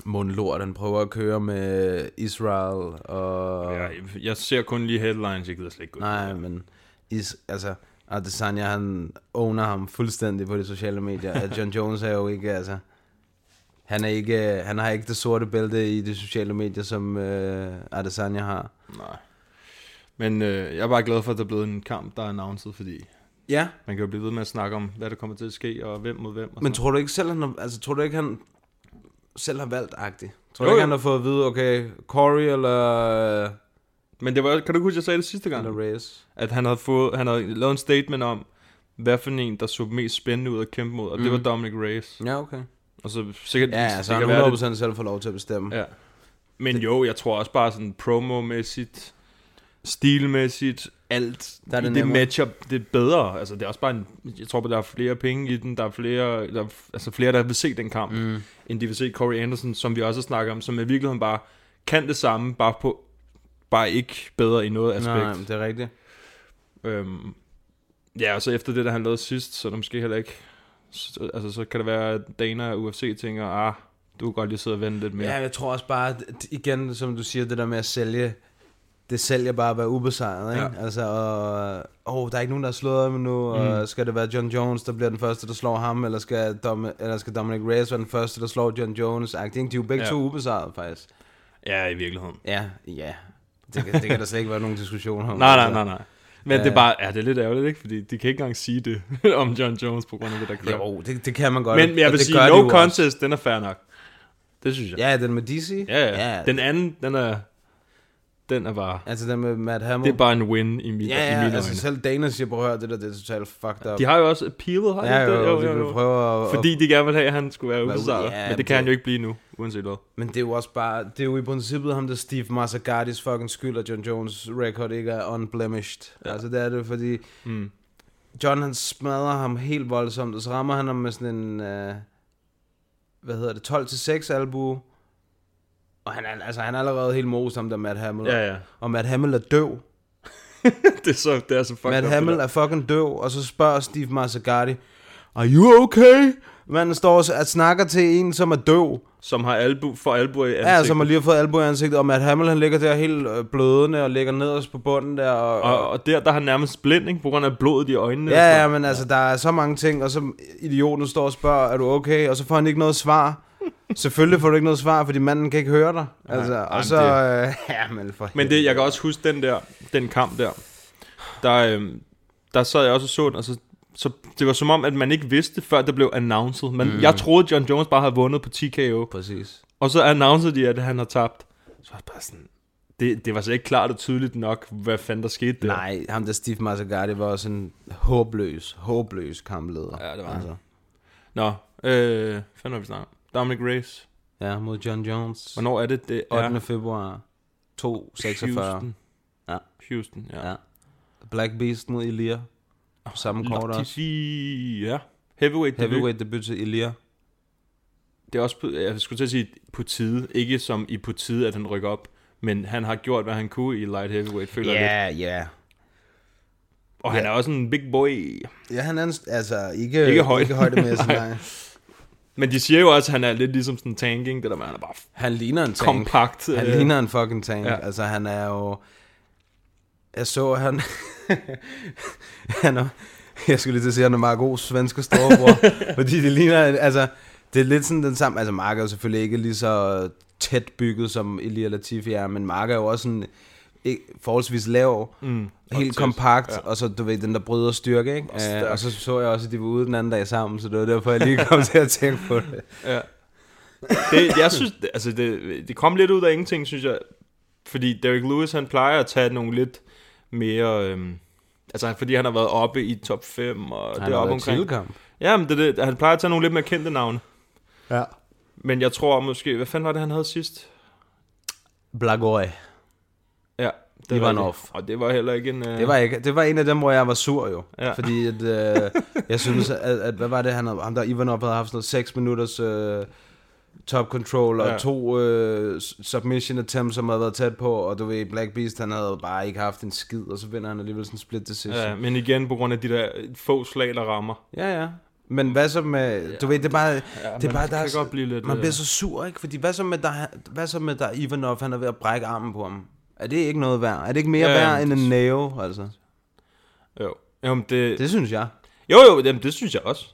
S2: mundlort, han prøver at køre med Israel og... Ja,
S3: jeg, jeg ser kun lige headlines, jeg gider slet ikke gå.
S2: Nej, men... Is, altså, Adesanya, han owner ham fuldstændig på de sociale medier. At John Jones er jo ikke, altså... Han, er ikke, han har ikke det sorte bælte i de sociale medier, som øh, Adesanya har.
S3: Nej. Men øh, jeg er bare glad for, at der er blevet en kamp, der er announced, fordi
S2: Ja,
S3: Man kan jo blive ved med at snakke om, hvad der kommer til at ske, og hvem mod hvem. Og
S2: men
S3: sådan
S2: tror du ikke selv, han har, altså, tror du ikke, han selv har valgt agtig? Tror du
S3: Jo,
S2: ikke,
S3: jo.
S2: han har fået at vide, okay, Corey eller,
S3: noget. men det var, kan du ikke huske, jeg sagde det sidste gang?
S2: eller Reyes?
S3: At han havde, fået, han havde lavet en statement om, hvad for en, der så mest spændende ud at kæmpe mod, og mm. det var Dominic Reyes.
S2: Ja, okay.
S3: Og så sikkert,
S2: Ja,
S3: det
S2: ja, så
S3: kan
S2: han
S3: være,
S2: 100% selv får lov til at bestemme.
S3: det- ja. Men jo, jeg tror også bare sådan promomæssigt, stilmæssigt, alt
S2: Der er det
S3: i det
S2: nemmere.
S3: matchup, det er bedre. Altså, det er også bare en, jeg tror, der er flere penge i den, der er flere, der, er f- altså flere, der vil se den kamp, mm. end de vil se Corey Anderson, som vi også snakker om, som i virkeligheden bare kan det samme, bare på bare ikke bedre i noget aspekt.
S2: Nej, det er rigtigt.
S3: Øhm, ja, og så efter det, der han lavede sidst, så er der måske heller ikke... Så, altså, så kan det være, at Dana og UFC tænker, ah, du kan godt lige sidde og vente lidt mere.
S2: Ja, jeg tror også bare, at d- igen, som du siger, det der med at sælge, det sælger bare at være ubesejret, ikke?
S3: Ja.
S2: Ja. Altså, og, åh, der er ikke nogen, der har slået ham nu, og skal det være John Jones, der bliver den første, der slår ham, eller skal, Dom, eller skal Dominic Reyes være den første, der slår John Jones? Ag, det er ikke- De er jo begge
S3: Ja.
S2: ja. to ubesejret, faktisk.
S3: ja i virkeligheden.
S2: Ja, ja. Det, kan- det kan der slet ikke være nogen diskussion om.
S3: Nej, nej,
S2: altså.
S3: nej, nej. Men det er bare, ja, det er lidt ærgerligt, ikke? Fordi de kan ikke engang sige det om John Jones på grund af det der crap.
S2: Jo, det, det kan man godt.
S3: Men jeg
S2: og
S3: vil
S2: det
S3: sige,
S2: gør de jo
S3: no
S2: også.
S3: contest, den er fair nok. Det synes jeg.
S2: Ja, den med DC.
S3: ja, ja. Den anden, den er, den er bare,
S2: Altså den med Matt Hamill.
S3: det er bare en win i, mit,
S2: ja,
S3: i
S2: ja,
S3: mine
S2: altså
S3: øjne.
S2: selv Dana siger, prøv at høre, det der, det er totalt fucked up.
S3: De har jo også appealet, har de
S2: ja,
S3: ikke
S2: jo,
S3: det?
S2: jo, jo, jo. prøver at,
S3: Fordi de gerne vil have, at han skulle være
S2: Være ude-
S3: ubesejret.
S2: ja,
S3: men det
S2: men
S3: kan han
S2: det-
S3: jo ikke blive nu, uanset hvad.
S2: Men det er jo også bare, det er jo i princippet ham, der Steve Mazzagatis fucking skyld, at John Jones record ikke er unblemished. Ja. Altså det er det, fordi mm. John han smadrer ham helt voldsomt, og så rammer han ham med sådan en, øh, hvad hedder det, 12-6 albu. Og han er, altså, han er allerede helt mos om der Matt Hamill.
S3: Ja, ja.
S2: Og Matt Hamill er døv.
S3: det er så, det er så fucked
S2: Matt
S3: up, det
S2: Hamill
S3: der.
S2: er fucking døv, og så spørger Steve Mazzagatti, Are you okay? Manden står og s- og snakker til en, som er døv.
S3: Som har albu, for albu i ansigtet.
S2: Ja, som har lige har fået albu i ansigtet, og Matt Hamill han ligger der helt øh, blødende og ligger nederst på bunden der. Og,
S3: og, og der, der har han nærmest blind, ikke? På grund af blodet i øjnene. og
S2: Ja,
S3: sådan
S2: ja,
S3: noget.
S2: men altså, der er så mange ting, og så idioten står og spørger, er du okay? Og så får han ikke noget svar. Selvfølgelig får du ikke noget svar, fordi manden kan ikke høre dig. Altså,
S3: Nej,
S2: og
S3: jamen,
S2: så...
S3: det-
S2: Øh, ja, men for
S3: Men det, jeg kan også huske den der, den kamp der, der, øhm, der sad jeg også og så den, og så, så det var som om, at man ikke vidste, før det blev announced. Men mm. jeg troede, John Jones bare havde vundet på TKO,
S2: Præcis.
S3: og så announcede de, at han har tabt. Så var jeg bare sådan, det, det var så ikke klart og tydeligt nok, hvad fanden der skete der.
S2: Nej, ham der Steve Mazzagatti var også en håbløs, håbløs Altså, kampleder.
S3: Ja, det var han. Nå, øh, fanden var vi snakker Dominic Reyes.
S2: Ja, mod John Jones.
S3: Hvornår er det? Det
S2: 8.
S3: er
S2: februar 2.46.
S3: Houston.
S2: Ja.
S3: Houston, ja.
S2: Ja. Black Beast mod Ilir. På samme kort også.
S3: Lottie, ja. Heavyweight, Heavyweight.
S2: Heavyweight debut til Ilir.
S3: det er også, på, jeg skulle til at sige på tide, ikke som i på tide, at han rykker op, men han har gjort, hvad han kunne i light heavyweight, føler jeg lidt.
S2: Ja, ja.
S3: Og han er også en big boy.
S2: Ja, han er en- altså ikke,
S3: Ikke høj.
S2: ikke højdemæssigt, nej.
S3: Men de siger jo også, at han er lidt ligesom sådan en tanking, det der med, han er bare f-
S2: Han ligner en tank.
S3: kompakt.
S2: Han
S3: øh,
S2: ligner en fucking tank.
S3: ja.
S2: Ja. Altså, han er jo... Jeg så, han... han er... Jeg skulle lige til at sige, at han er meget god svenske storebror. fordi det ligner... Altså, det er lidt sådan den samme... Altså, Mark er jo selvfølgelig ikke lige så tæt bygget, som Elia Latifi er, men Mark er jo også sådan ikke- forholdsvis lav, mm, helt
S3: tæt,
S2: kompakt,
S3: ja.
S2: ja. og så, du ved, den der bryder styrke, ikke? Og,
S3: stærk.
S2: og så så jeg også, at de var ude den anden dag sammen, så det var derfor, jeg lige kom til at tænke på det.
S3: Ja. Det, jeg synes, det- altså det, det kom lidt ud af ingenting, synes jeg. Fordi Derek Lewis, han plejer at tage nogle lidt mere... Øhm, altså, fordi han har været oppe i top 5 og
S2: Han
S3: det
S2: har
S3: op
S2: været
S3: omkring.
S2: titelkamp.
S3: Ja, men det, er det, han plejer at tage nogle lidt mere kendte navne.
S2: Ja.
S3: Men jeg tror måske... Hvad fanden var det, han havde sidst?
S2: Blagoy.
S3: Ja, det
S2: Ivanov.
S3: rigtigt. Og det var heller ikke en... Øh,
S2: Det var, ikke, det var en af dem, hvor jeg var sur jo.
S3: Ja.
S2: Ja. Fordi at, øh, jeg synes, at, at, hvad var det, han havde, ham der Ivanov havde haft sådan noget 6 minutters øh, top control og
S3: Ja.
S2: ja. to øh, s- submission attempts, som havde været tæt på, og du ved, Black Beast, han havde bare ikke haft en skid, og så vinder han alligevel sådan en split decision.
S3: Ja,
S2: Ja,
S3: men igen på grund af de der øh, få slag, der rammer.
S2: ja. ja. Men hvad så med, du ved, det er bare, ja, det er
S3: man
S2: bare, der
S3: kan
S2: er, så-
S3: godt blive lidt,
S2: man
S3: øh,
S2: bliver så sur, ikke? Fordi hvad så med, der, hvad så med der Ivanov, han er ved at brække armen på ham? Er det ikke noget værd? Er det ikke mere
S3: Ja,
S2: ja,
S3: ja,
S2: værd end
S3: det-
S2: en næve, altså?
S3: Jo. Jamen, det, det...
S2: Det synes jeg.
S3: Jo, jo, jamen, det synes jeg også.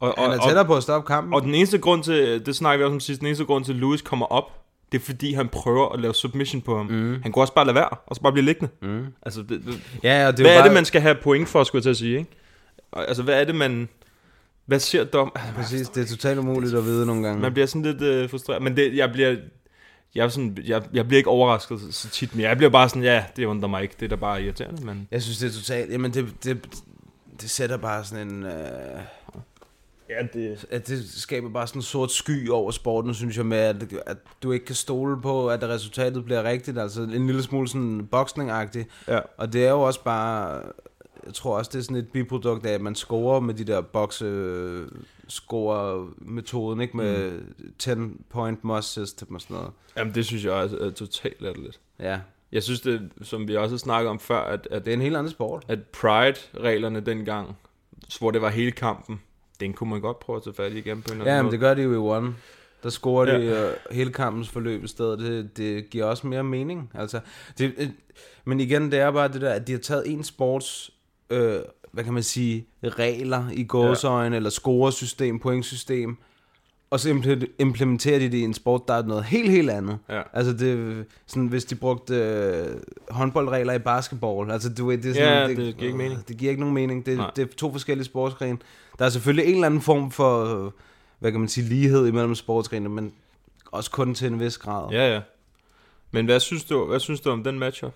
S3: Og,
S2: Han er tættere på at stoppe kampen.
S3: Og den eneste grund til, øh, det snakker vi også om sidst, den eneste grund til, at Lewis kommer op, det er fordi, han prøver at lave submission på ham. Mm. Han kunne også bare lade være, og så bare blive liggende. Mm. Altså, det, det,
S2: Ja, og det
S3: hvad
S2: jo
S3: er
S2: bare,
S3: det, man skal have point for, skulle jeg til at sige, ikke? Og, Altså, hvad er det, man... Hvad ser dom? Ah,
S2: Præcis, det er totalt umuligt at vide nogle gange.
S3: Man bliver sådan lidt øh, frustreret, men det, jeg bliver... Jeg, er sådan, jeg, jeg bliver ikke overrasket så- så tit mere. Jeg bliver bare sådan, ja, det undrer mig ikke. Det er da bare irriterende, men...
S2: Jeg synes, det er totalt... Jamen, det, det, det sætter bare sådan en... Øh,
S3: Ja, det...
S2: at det skaber bare sådan en sort sky over sporten, synes jeg, med at, at du ikke kan stole på, at resultatet bliver rigtigt. Altså en lille smule sådan boksning
S3: Ja.
S2: Og det er jo også bare... Jeg tror også, det er sådan et biprodukt af, at man scorer med de der bokse score metoden ikke? Med
S3: Mm.
S2: 10-point must system og sådan noget.
S3: Jamen, det synes jeg også er totalt lidt.
S2: Ja,
S3: Jeg synes, det, som vi også har snakket om før, at, at
S2: det er en helt anden sport.
S3: at Pride-reglerne dengang, hvor det var hele kampen, den kunne man godt prøve at tage fat i igen på en eller
S2: Ja,
S3: anden
S2: men det
S3: måde.
S2: gør de jo i One. Der scorer de
S3: Ja.
S2: ja. hele kampens forløb i stedet. Det, det giver også mere mening. Altså, det, øh, men igen, det er bare det der, at de har taget en sports... Øh, hvad kan man sige, regler i gåsøjne, ja. eller scoresystem, pointsystem, og så imple- implementerer de det i en sport, der er noget helt, helt andet.
S3: Ja.
S2: Altså, det, er sådan, hvis de brugte øh, håndboldregler i basketball, altså, du ved, det er sådan,
S3: Ja, det giver ikke mening.
S2: det giver ikke nogen mening. Det,
S3: Nej.
S2: det er to forskellige sportsgrene. Der er selvfølgelig en eller anden form for, øh, hvad kan man sige, lighed imellem sportsgrenene, men også kun til en vis grad.
S3: Ja, ja. Men hvad synes du, hvad synes du om den matchup?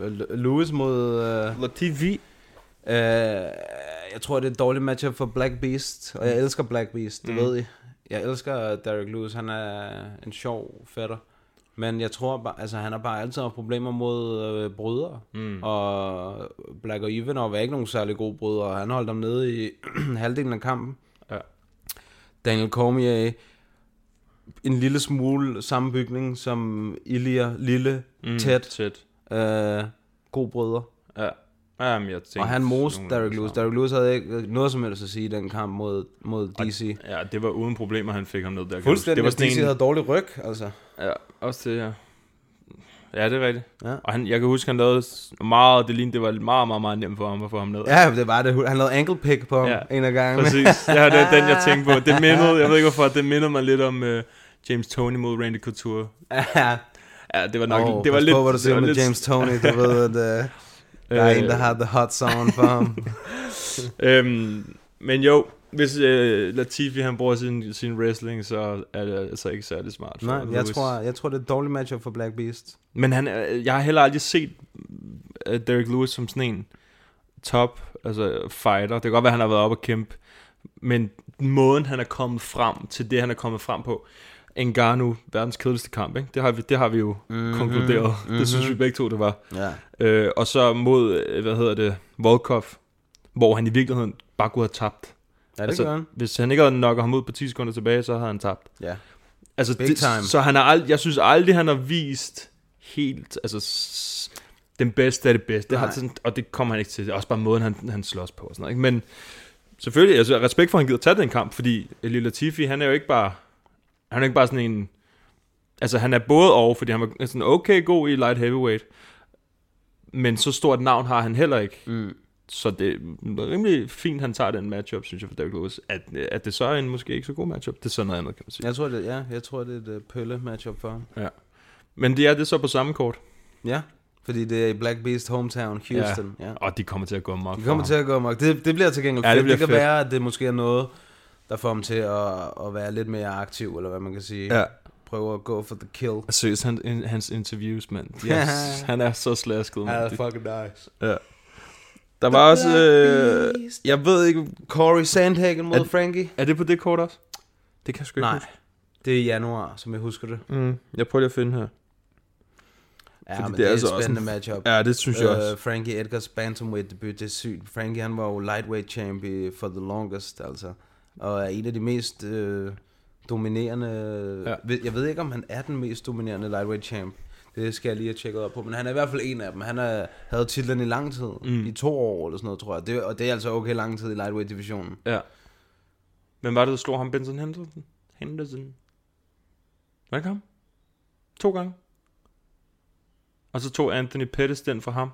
S2: L- Lewis mod... Øh,
S3: Latifi.
S2: øh, jeg tror, det er et dårligt matchup for Black Beast, og jeg elsker Black Beast, det ved I. Jeg elsker Derek Lewis, han er en sjov fætter. Men jeg tror bare, altså han har bare altid haft problemer mod øh, brødre. Mm. Og Black og Ivanov er ikke nogen særlig gode brødre, og han holdt dem nede i halvdelen af kampen.
S3: Ja.
S2: Daniel Cormier, en lille smule sammenbygning som Ilia, lille, mm. tæt,
S3: Tæt.
S2: øh, god brødre.
S3: Ja. Jamen, jeg tænkte,
S2: Og han moste
S3: nogen-
S2: Derek Lewis. Derek Lewis havde ikke noget som helst at sige i den kamp mod, mod DC.
S3: Ja, det var uden problemer, han fik ham ned der. kan jeg huske.
S2: Fuldstændig,
S3: Det var sådan
S2: DC
S3: en,
S2: havde dårlig ryg, altså.
S3: Ja, også det, ja. Ja, det er rigtigt.
S2: Ja.
S3: Ja. Og han, jeg kan huske, han lavede s- meget, det lignede, det var meget, meget, meget nemt for ham at få ham ned.
S2: Ja, det var det. Han lavede ankle pick på ham
S3: Ja,
S2: en af gangene.
S3: Præcis. Ja, det er den, jeg tænkte på. Det mindede, jeg ved ikke hvorfor, det mindede mig lidt om uh, James Tony mod Randy Couture.
S2: Ja.
S3: Ja, det var nok,
S2: Åh,
S3: oh, det var
S2: pas
S3: lidt...
S2: på, hvad du
S3: det
S2: siger
S3: var
S2: med
S3: lidt-
S2: James Tony. Du ved, at uh, der er
S3: Øh.
S2: en, der har the hot song for ham.
S3: Øhm, men jo, hvis øh, Latifi han bruger sin, sin wrestling, så er det altså ikke særlig smart. for
S2: Nej, jeg
S3: Lewis.
S2: tror, jeg tror, det er et dårligt matchup for Black Beast.
S3: Men han, er- jeg har heller aldrig set øh, Derek Lewis som sådan en top altså fighter. Det kan godt være, han har været oppe og kæmpe. Men måden, han er kommet frem til det, han er kommet frem på. Ngannou, verdens kedeligste kamp, ikke? Det har vi, det har vi jo
S2: Mhm,
S3: mm-hmm, konkluderet. Mm-hmm. Det synes vi begge to, det var.
S2: Ja.
S3: Øh, og så mod, øh, hvad hedder det, Volkov, hvor han i virkeligheden bare kunne have tabt.
S2: Ja, det altså, gør
S3: altså,
S2: han.
S3: hvis han ikke havde nokket ham ud på 10 sekunder tilbage, så havde han tabt.
S2: Ja.
S3: Altså,
S2: Big
S3: det,
S2: time.
S3: Så han har ald- jeg synes aldrig, han har vist helt, altså, s- den bedste af det bedste. Det har
S2: Nej.
S3: sådan, og det kommer han ikke til. Også bare måden, han, han slås på og sådan noget. Ikke? Men selvfølgelig, altså, respekt for, at han gider tage den kamp, fordi Eli Latifi, han er jo ikke bare, han er ikke bare sådan en, altså han er både over, fordi han var sådan okay god i light heavyweight, men så stort navn har han heller ikke. Mm. Så det er rimelig fint, han tager den matchup, synes jeg, for Derrick Lewis. At, at det så er en måske ikke så god matchup, det er sådan noget andet, kan man sige.
S2: Jeg tror, det, ja, jeg tror, det er et øh, pølle-matchup for ham.
S3: Ja. Men det er det er så på samme kort.
S2: Ja, fordi det er i Black Beast hometown, Houston. Ja. ja.
S3: Og de kommer til at gå mok.
S2: Det kommer til at gå mok. Det, det bliver til gengæld
S3: Ja,
S2: ja,
S3: det
S2: det,
S3: bliver
S2: fedt. det kan
S3: fedt.
S2: være, at det måske er noget, der får ham til at, at være lidt mere aktiv, eller hvad man kan sige.
S3: Ja.
S2: Prøve at gå for the kill.
S3: Seriøst, han, in, hans interviews, mand. Yes, han er så slasket,
S2: Ja, det er
S3: mand.
S2: fucking nice.
S3: Der var også... Øh,
S2: Jeg ved ikke, Corey Sandhagen mod
S3: Er-
S2: Frankie?
S3: er det på det kort også? Det kan jeg sgu ikke
S2: Nej,
S3: huske.
S2: det er i januar, som jeg husker det.
S3: Mm, jeg prøver lige at finde her.
S2: Ja,
S3: Fordi
S2: men
S3: det
S2: det
S3: er
S2: er et
S3: altså også
S2: spændende
S3: en-
S2: matchup.
S3: Ja, det synes jeg også.
S2: Øh, Frankie Edgars bantamweight debut, det er sygt. Frankie han var jo lightweight champion for the longest, altså. Og er en af de mest øh, dominerende...
S3: Ja.
S2: Ja. Ved, jeg ved ikke, om han er den mest dominerende lightweight champ. Det skal jeg lige have tjekket op på. Men han er i hvert fald en af dem. Han er, havde titlen i lang tid. Mm. I to år eller sådan noget, tror jeg. Det, og det er altså okay lang tid i lightweight-divisionen.
S3: Ja. Men var det, der slog ham Benson Henderson? Henderson. Var det ikke ham? To gange. Og så tog Anthony Pettis den for ham.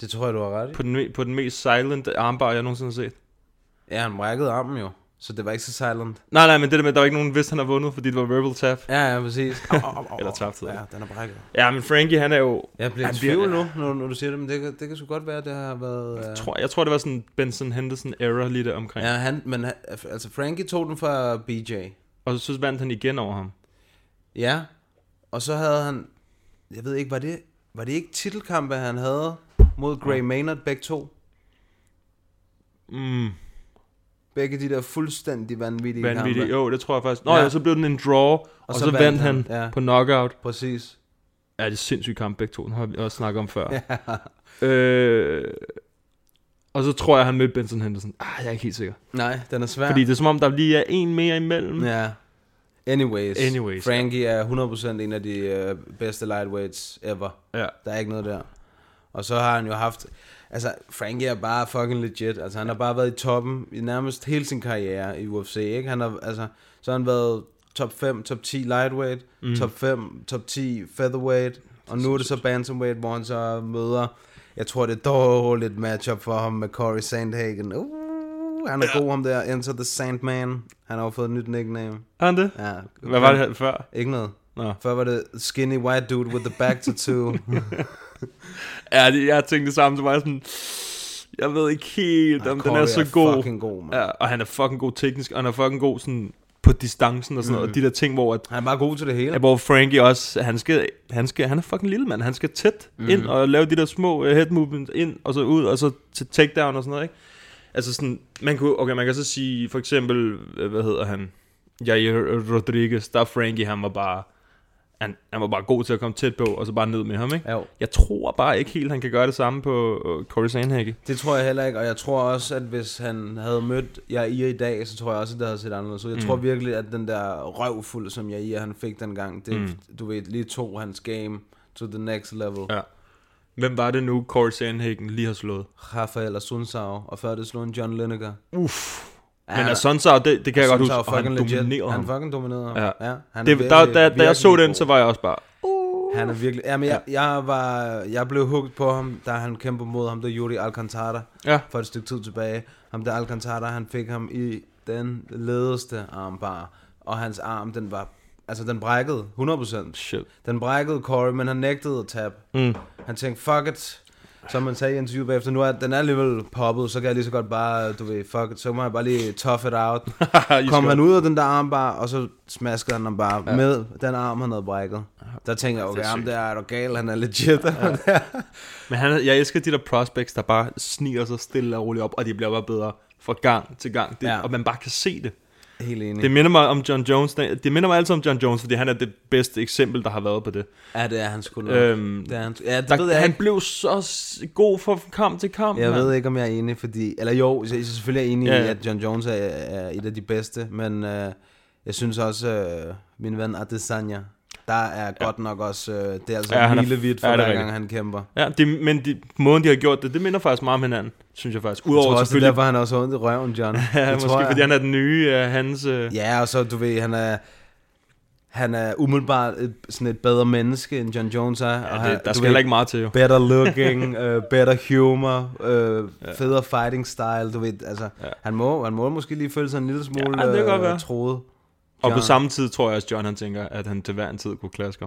S2: Det tror jeg, du har ret i.
S3: På den, me- på den mest silent armbar, jeg nogensinde har set.
S2: Ja, han brækkede armen jo. Så det var ikke så silent.
S3: Nej, nej, men det der med, at der var ikke nogen, hvis han har vundet, fordi det var verbal tap.
S2: Ja, ja, præcis. Au, au, au, au.
S3: Eller tabt, hedder
S2: Ja, den er brækket.
S3: Ja, men Frankie, han er jo...
S2: Jeg bliver i
S3: Han
S2: tvivl nu, når, når du siger det, men det, kan- det kan sgu godt være, at det har været...
S3: Jeg
S2: Uh...
S3: tror, jeg tror, det var sådan Benson Henderson era lige der omkring. Ja.
S2: Ja, han, men han, altså Frankie tog den fra BJ.
S3: Og så vandt han igen over ham.
S2: Ja, og så havde han... Jeg ved ikke, var det, var det ikke titelkampe, han havde mod Gray Maynard begge to?
S3: Mm,
S2: Begge de der fuldstændig vanvittige,
S3: vanvittigt.
S2: kampe.
S3: Jo, det tror jeg faktisk. Nå
S2: Ja.
S3: ja, så blev den en draw, og, og så, så vandt han, han ja. på knockout.
S2: Præcis.
S3: Ja, det er sindssygt kamp begge to, den har vi også snakket om før. Ja. Øh, og så tror jeg, han mødte Benson Henderson. Ah, jeg er ikke helt sikker.
S2: Nej, den er svær.
S3: Ja. Fordi det er som om, der lige er en mere imellem. Ja.
S2: Ja. Anyways,
S3: Anyways,
S2: Frankie er 100% en af de øh, bedste lightweights ever.
S3: ja.
S2: Der er ikke noget der. Og så har han jo haft... Altså, Frankie er bare fucking legit. Altså, han har bare været i toppen i nærmest hele sin karriere i UFC, ikke? Han har, altså, så har han været top 5, top 10 lightweight,
S3: Mhm.
S2: mm. top 5, top 10 featherweight, og nu er det så bantamweight, hvor han så møder... Jeg tror, det er dårligt matchup for ham med Corey Sandhagen. Uh, han er god ham der. Enter the Sandman. Han har jo fået et nyt nickname.
S3: Har han det? Ja.
S2: Ja.
S3: Hvad var det her før?
S2: Ikke noget.
S3: Nå.
S2: Før var det skinny white dude with the back tattoo.
S3: Ja, det- jeg tænkte det samme, så var jeg sådan... Jeg ved ikke helt, om den
S2: Corey
S3: er så god.
S2: fucking god, mand.
S3: Ja, og han er fucking god teknisk, og han er fucking god sådan på distancen og sådan mm. noget, og de der ting, hvor, at,
S2: Han er bare god til det hele.
S3: at hvor Frankie også, han, skal, han, skal, han er fucking lille mand, han skal tæt mm. ind og lave de der små uh, head movements ind og så ud, og så til takedown og sådan noget, ikke? Altså sådan, man kunne, okay, man kan så sige, for eksempel, øh, hvad hedder han, Jair Rodriguez, der er Frankie, han var bare, han, han var bare god til at komme tæt på, og så bare ned med ham, ikke?
S2: Jo.
S3: Jeg tror bare ikke helt, han kan gøre det samme på øh, Corey Sandhage.
S2: Det tror jeg heller ikke, og jeg tror også, at hvis han havde mødt Jair i dag, så tror jeg også, at det havde set anderledes ud. Jeg mm. tror virkelig, at den der røvfuld, som Jair han fik dengang, det, mm. du ved, lige tog hans game to the next level. Ja.
S3: Ja. Hvem var det nu, Corey Sandhagen lige har slået?
S2: Rafael Asunsao, og før det slog en John Lineker.
S3: Uff.
S2: Ja,
S3: Men
S2: han-
S3: Assunzao, det, det kan jeg godt huske,
S2: Asunsao
S3: og han
S2: fucking legit.
S3: dominerede ham.
S2: Han fucking dominerede ham.
S3: Ja.
S2: ja han er
S3: det, der,
S2: virkelig,
S3: da, da jeg så
S2: virkelig
S3: den, så var jeg også bare...
S2: Han er virkelig... Jamen, jeg, jeg, var, jeg blev hugt på ham, da han kæmpede mod ham, der Yuri Alcantara,
S3: Ja.
S2: for et stykke tid tilbage. Ham der Alcantara, han fik ham i den ledeste armbar, og hans arm, den var... Altså, den brækkede 100%.
S3: Shit.
S2: Den brækkede Corey, men han nægtede at tabe. Mm. Han tænkte, fuck it. Som man sagde i interviewet bagefter, nu er den er alligevel poppet, så kan jeg lige så godt bare, du ved, fuck it, så må jeg bare lige tough it out.
S3: I
S2: Kom
S3: skal-
S2: han ud af den der armbar, og så smaskede han ham bare ja. med den arm, han havde brækket. Der tænker jeg, okay, ham der er du gal, han er legit. Ja.
S3: Men han, jeg elsker de der prospects, der bare sniger sig stille og roligt op, og de bliver bare bedre fra gang til gang. Det, ja.
S2: Ja.
S3: Og man bare kan se det.
S2: Helt enig.
S3: Det minder mig om John Jones. Det det minder mig altid om John Jones, fordi han er det bedste eksempel, der har været på det.
S2: ja, det er han sgu nok.
S3: Øhm,
S2: det er han, sgu- ja, det
S3: Der,
S2: ved jeg
S3: han
S2: ikke.
S3: blev så s- god fra kamp til kamp.
S2: Jeg
S3: mand.
S2: ved ikke, om jeg er enig, fordi... Eller jo, jeg er selvfølgelig enig
S3: Ja,
S2: ja.
S3: ja.
S2: i, at John Jones er, er et af de bedste, men øh, jeg synes også, øh, min ven Adesanya, der er godt nok også... Øh, det er altså
S3: Ja,
S2: ja,
S3: han er-
S2: milevidt for
S3: ja,
S2: ja,
S3: det er
S2: hver
S3: rigtigt.
S2: gang, han kæmper.
S3: Ja, det, men de, måden, de har gjort det, det minder faktisk meget om hinanden, synes jeg faktisk.
S2: Jeg
S3: Udover
S2: tror også, det er
S3: selvfølgelig,
S2: derfor, han er så ondt i røven, John.
S3: ja,
S2: Det
S3: måske
S2: tror jeg.
S3: fordi han er den nye, uh, hans... Uh,
S2: Ja, og så du ved, han er han er umiddelbart et, sådan et bedre menneske end John Jones er. og
S3: ja,
S2: han,
S3: det, der
S2: du
S3: skal
S2: ved,
S3: heller ikke meget til, jo.
S2: Better looking, uh, better humor, uh, federe fighting style, du ved, altså, ja. han, må, han må måske lige føle sig en lille smule
S3: Ja, det kan godt
S2: ja,
S3: være.
S2: uh, troet.
S3: Og på
S2: John.
S3: samme tid tror jeg også, John han tænker, at han til hver en tid kunne klaske.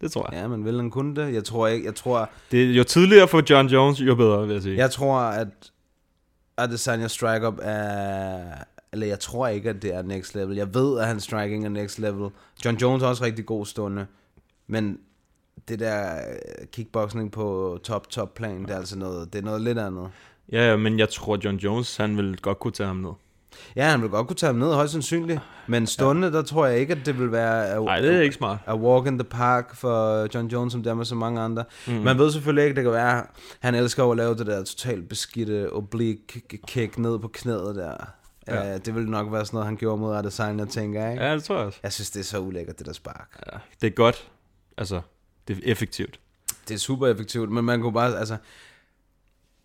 S3: Det tror jeg.
S2: Ja, men vil han kunne det? Jeg tror ikke, jeg tror,
S3: Det, jo tidligere for John Jones, jo bedre, vil jeg sige.
S2: jeg tror at Adesanya strike up er, eller jeg tror ikke, at det er next level. Jeg ved, at hans striking er next level. John Jones er også rigtig god stående, men det der øh, kickboxing på top, top plan, det er altså noget, det er noget lidt andet.
S3: Ja, ja, men jeg tror, John Jones, han vil godt kunne tage ham ned.
S2: Ja, han vil godt kunne tage ham ned, højst sandsynligt. Men stående, der tror jeg ikke, at det vil være...
S3: Nej, det er ikke smart.
S2: A Walk in the Park for John Jones, som der med så mange andre. Mm. Man ved selvfølgelig ikke, det kan være, han elsker jo at lave det der totalt beskidte oblique kick- kick ned på knæet der.
S3: Ja.
S2: Ja. Uh, det ville nok være sådan noget, han gjorde mod Adesanya, tænker jeg. Ikke? Ja.
S3: Ja, det tror jeg også.
S2: Jeg synes, det er så ulækkert, det der spark.
S3: Ja, det er godt. Altså, det er effektivt.
S2: Det er super effektivt, men man kunne bare, altså...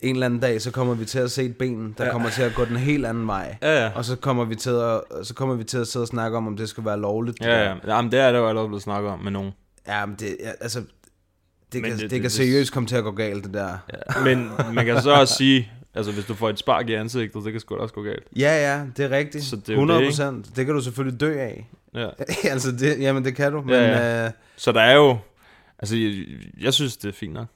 S2: En eller anden dag, så kommer vi til at se et ben, der ja. kommer til at gå den helt anden vej.
S3: Ja, ja.
S2: Og så kommer, vi til at, så kommer vi til at sidde og snakke om, om det skal være lovligt. det der.
S3: Ja, ja. Jamen, det er der jo allerede blevet snakket om med nogen.
S2: Ja, men det, ja, altså, det
S3: Men det-
S2: kan, det, det,
S3: det-
S2: kan
S3: det-
S2: seriøst komme til at gå galt, det der. Ja.
S3: Men man kan så også sige, altså hvis du får et spark i ansigtet, det kan sgu da også gå galt.
S2: ja, ja, det er rigtigt.
S3: Så
S2: Så
S3: det
S2: det
S3: er jo
S2: 100
S3: det,
S2: procent. Det, kan du selvfølgelig dø af.
S3: Ja.
S2: altså, det, jamen, det kan du. Men,
S3: ja.
S2: ja, øh,
S3: Så der er jo, altså jeg, jeg synes, det er fint nok.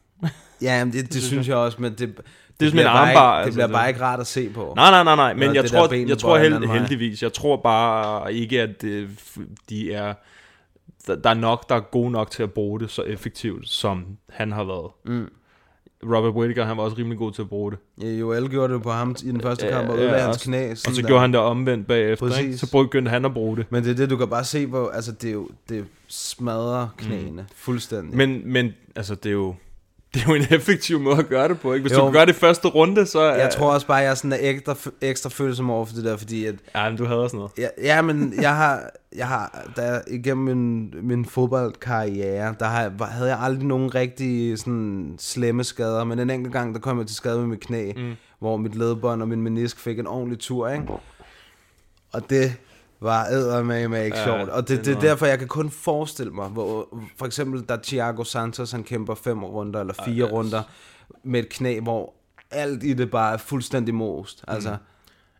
S2: ja jamen, det, det synes jeg også, men det, det,
S3: sådan
S2: bliver
S3: en
S2: bare
S3: armbar,
S2: Ikke, det
S3: altså,
S2: bliver
S3: det-
S2: bare ikke rart at se på.
S3: Nej, nej, nej, nej, men
S2: Nå,
S3: jeg
S2: det
S3: tror,
S2: der ben,
S3: jeg
S2: der
S3: tror
S2: bøjer en
S3: held,
S2: anden vej.
S3: heldigvis, jeg tror bare ikke, at det, de er, der der er nok, der er gode nok til at bruge det så effektivt, som han har været. Mm. Robert Whittaker, han var også rimelig god til at bruge det.
S2: Ja, Joel gjorde det på ham i den første
S3: Ja,
S2: kamp, og
S3: ja,
S2: ødelagde hans
S3: også.
S2: knæ.
S3: Og så
S2: sådan
S3: gjorde
S2: der.
S3: han det omvendt bagefter, ikke?
S2: Præcis.
S3: så begyndte han at bruge det.
S2: Men det er det, du kan bare se, hvor altså, det, er jo, det smadrer knæene mm. fuldstændig.
S3: Men, men altså, det er jo, det er jo en effektiv måde at gøre det på, ikke? Hvis jo.
S2: Jo.
S3: du gør det i første runde, så... er-
S2: jeg tror også bare, jeg er sådan ekstra, ekstra følsom over for det der, fordi at
S3: Ja, men du hader sådan noget.
S2: Ja, ja, men jeg har, jeg har der, igennem min, min fodboldkarriere, der har, jeg- var- havde jeg aldrig nogen rigtig sådan, slemme skader, men en enkelt gang, der kom jeg til skade med mit knæ, mm. hvor mit ledbånd og min menisk fik en ordentlig tur, ikke? Og det var eddermame ikke
S3: Ja,
S2: ja, sjovt. Og
S3: det er
S2: det, det er
S3: noget.
S2: derfor, jeg kan kun forestille mig, hvor for eksempel da Thiago Santos, han kæmper fem runder eller fire runder med et knæ, hvor alt i det bare er fuldstændig most. Altså, mm.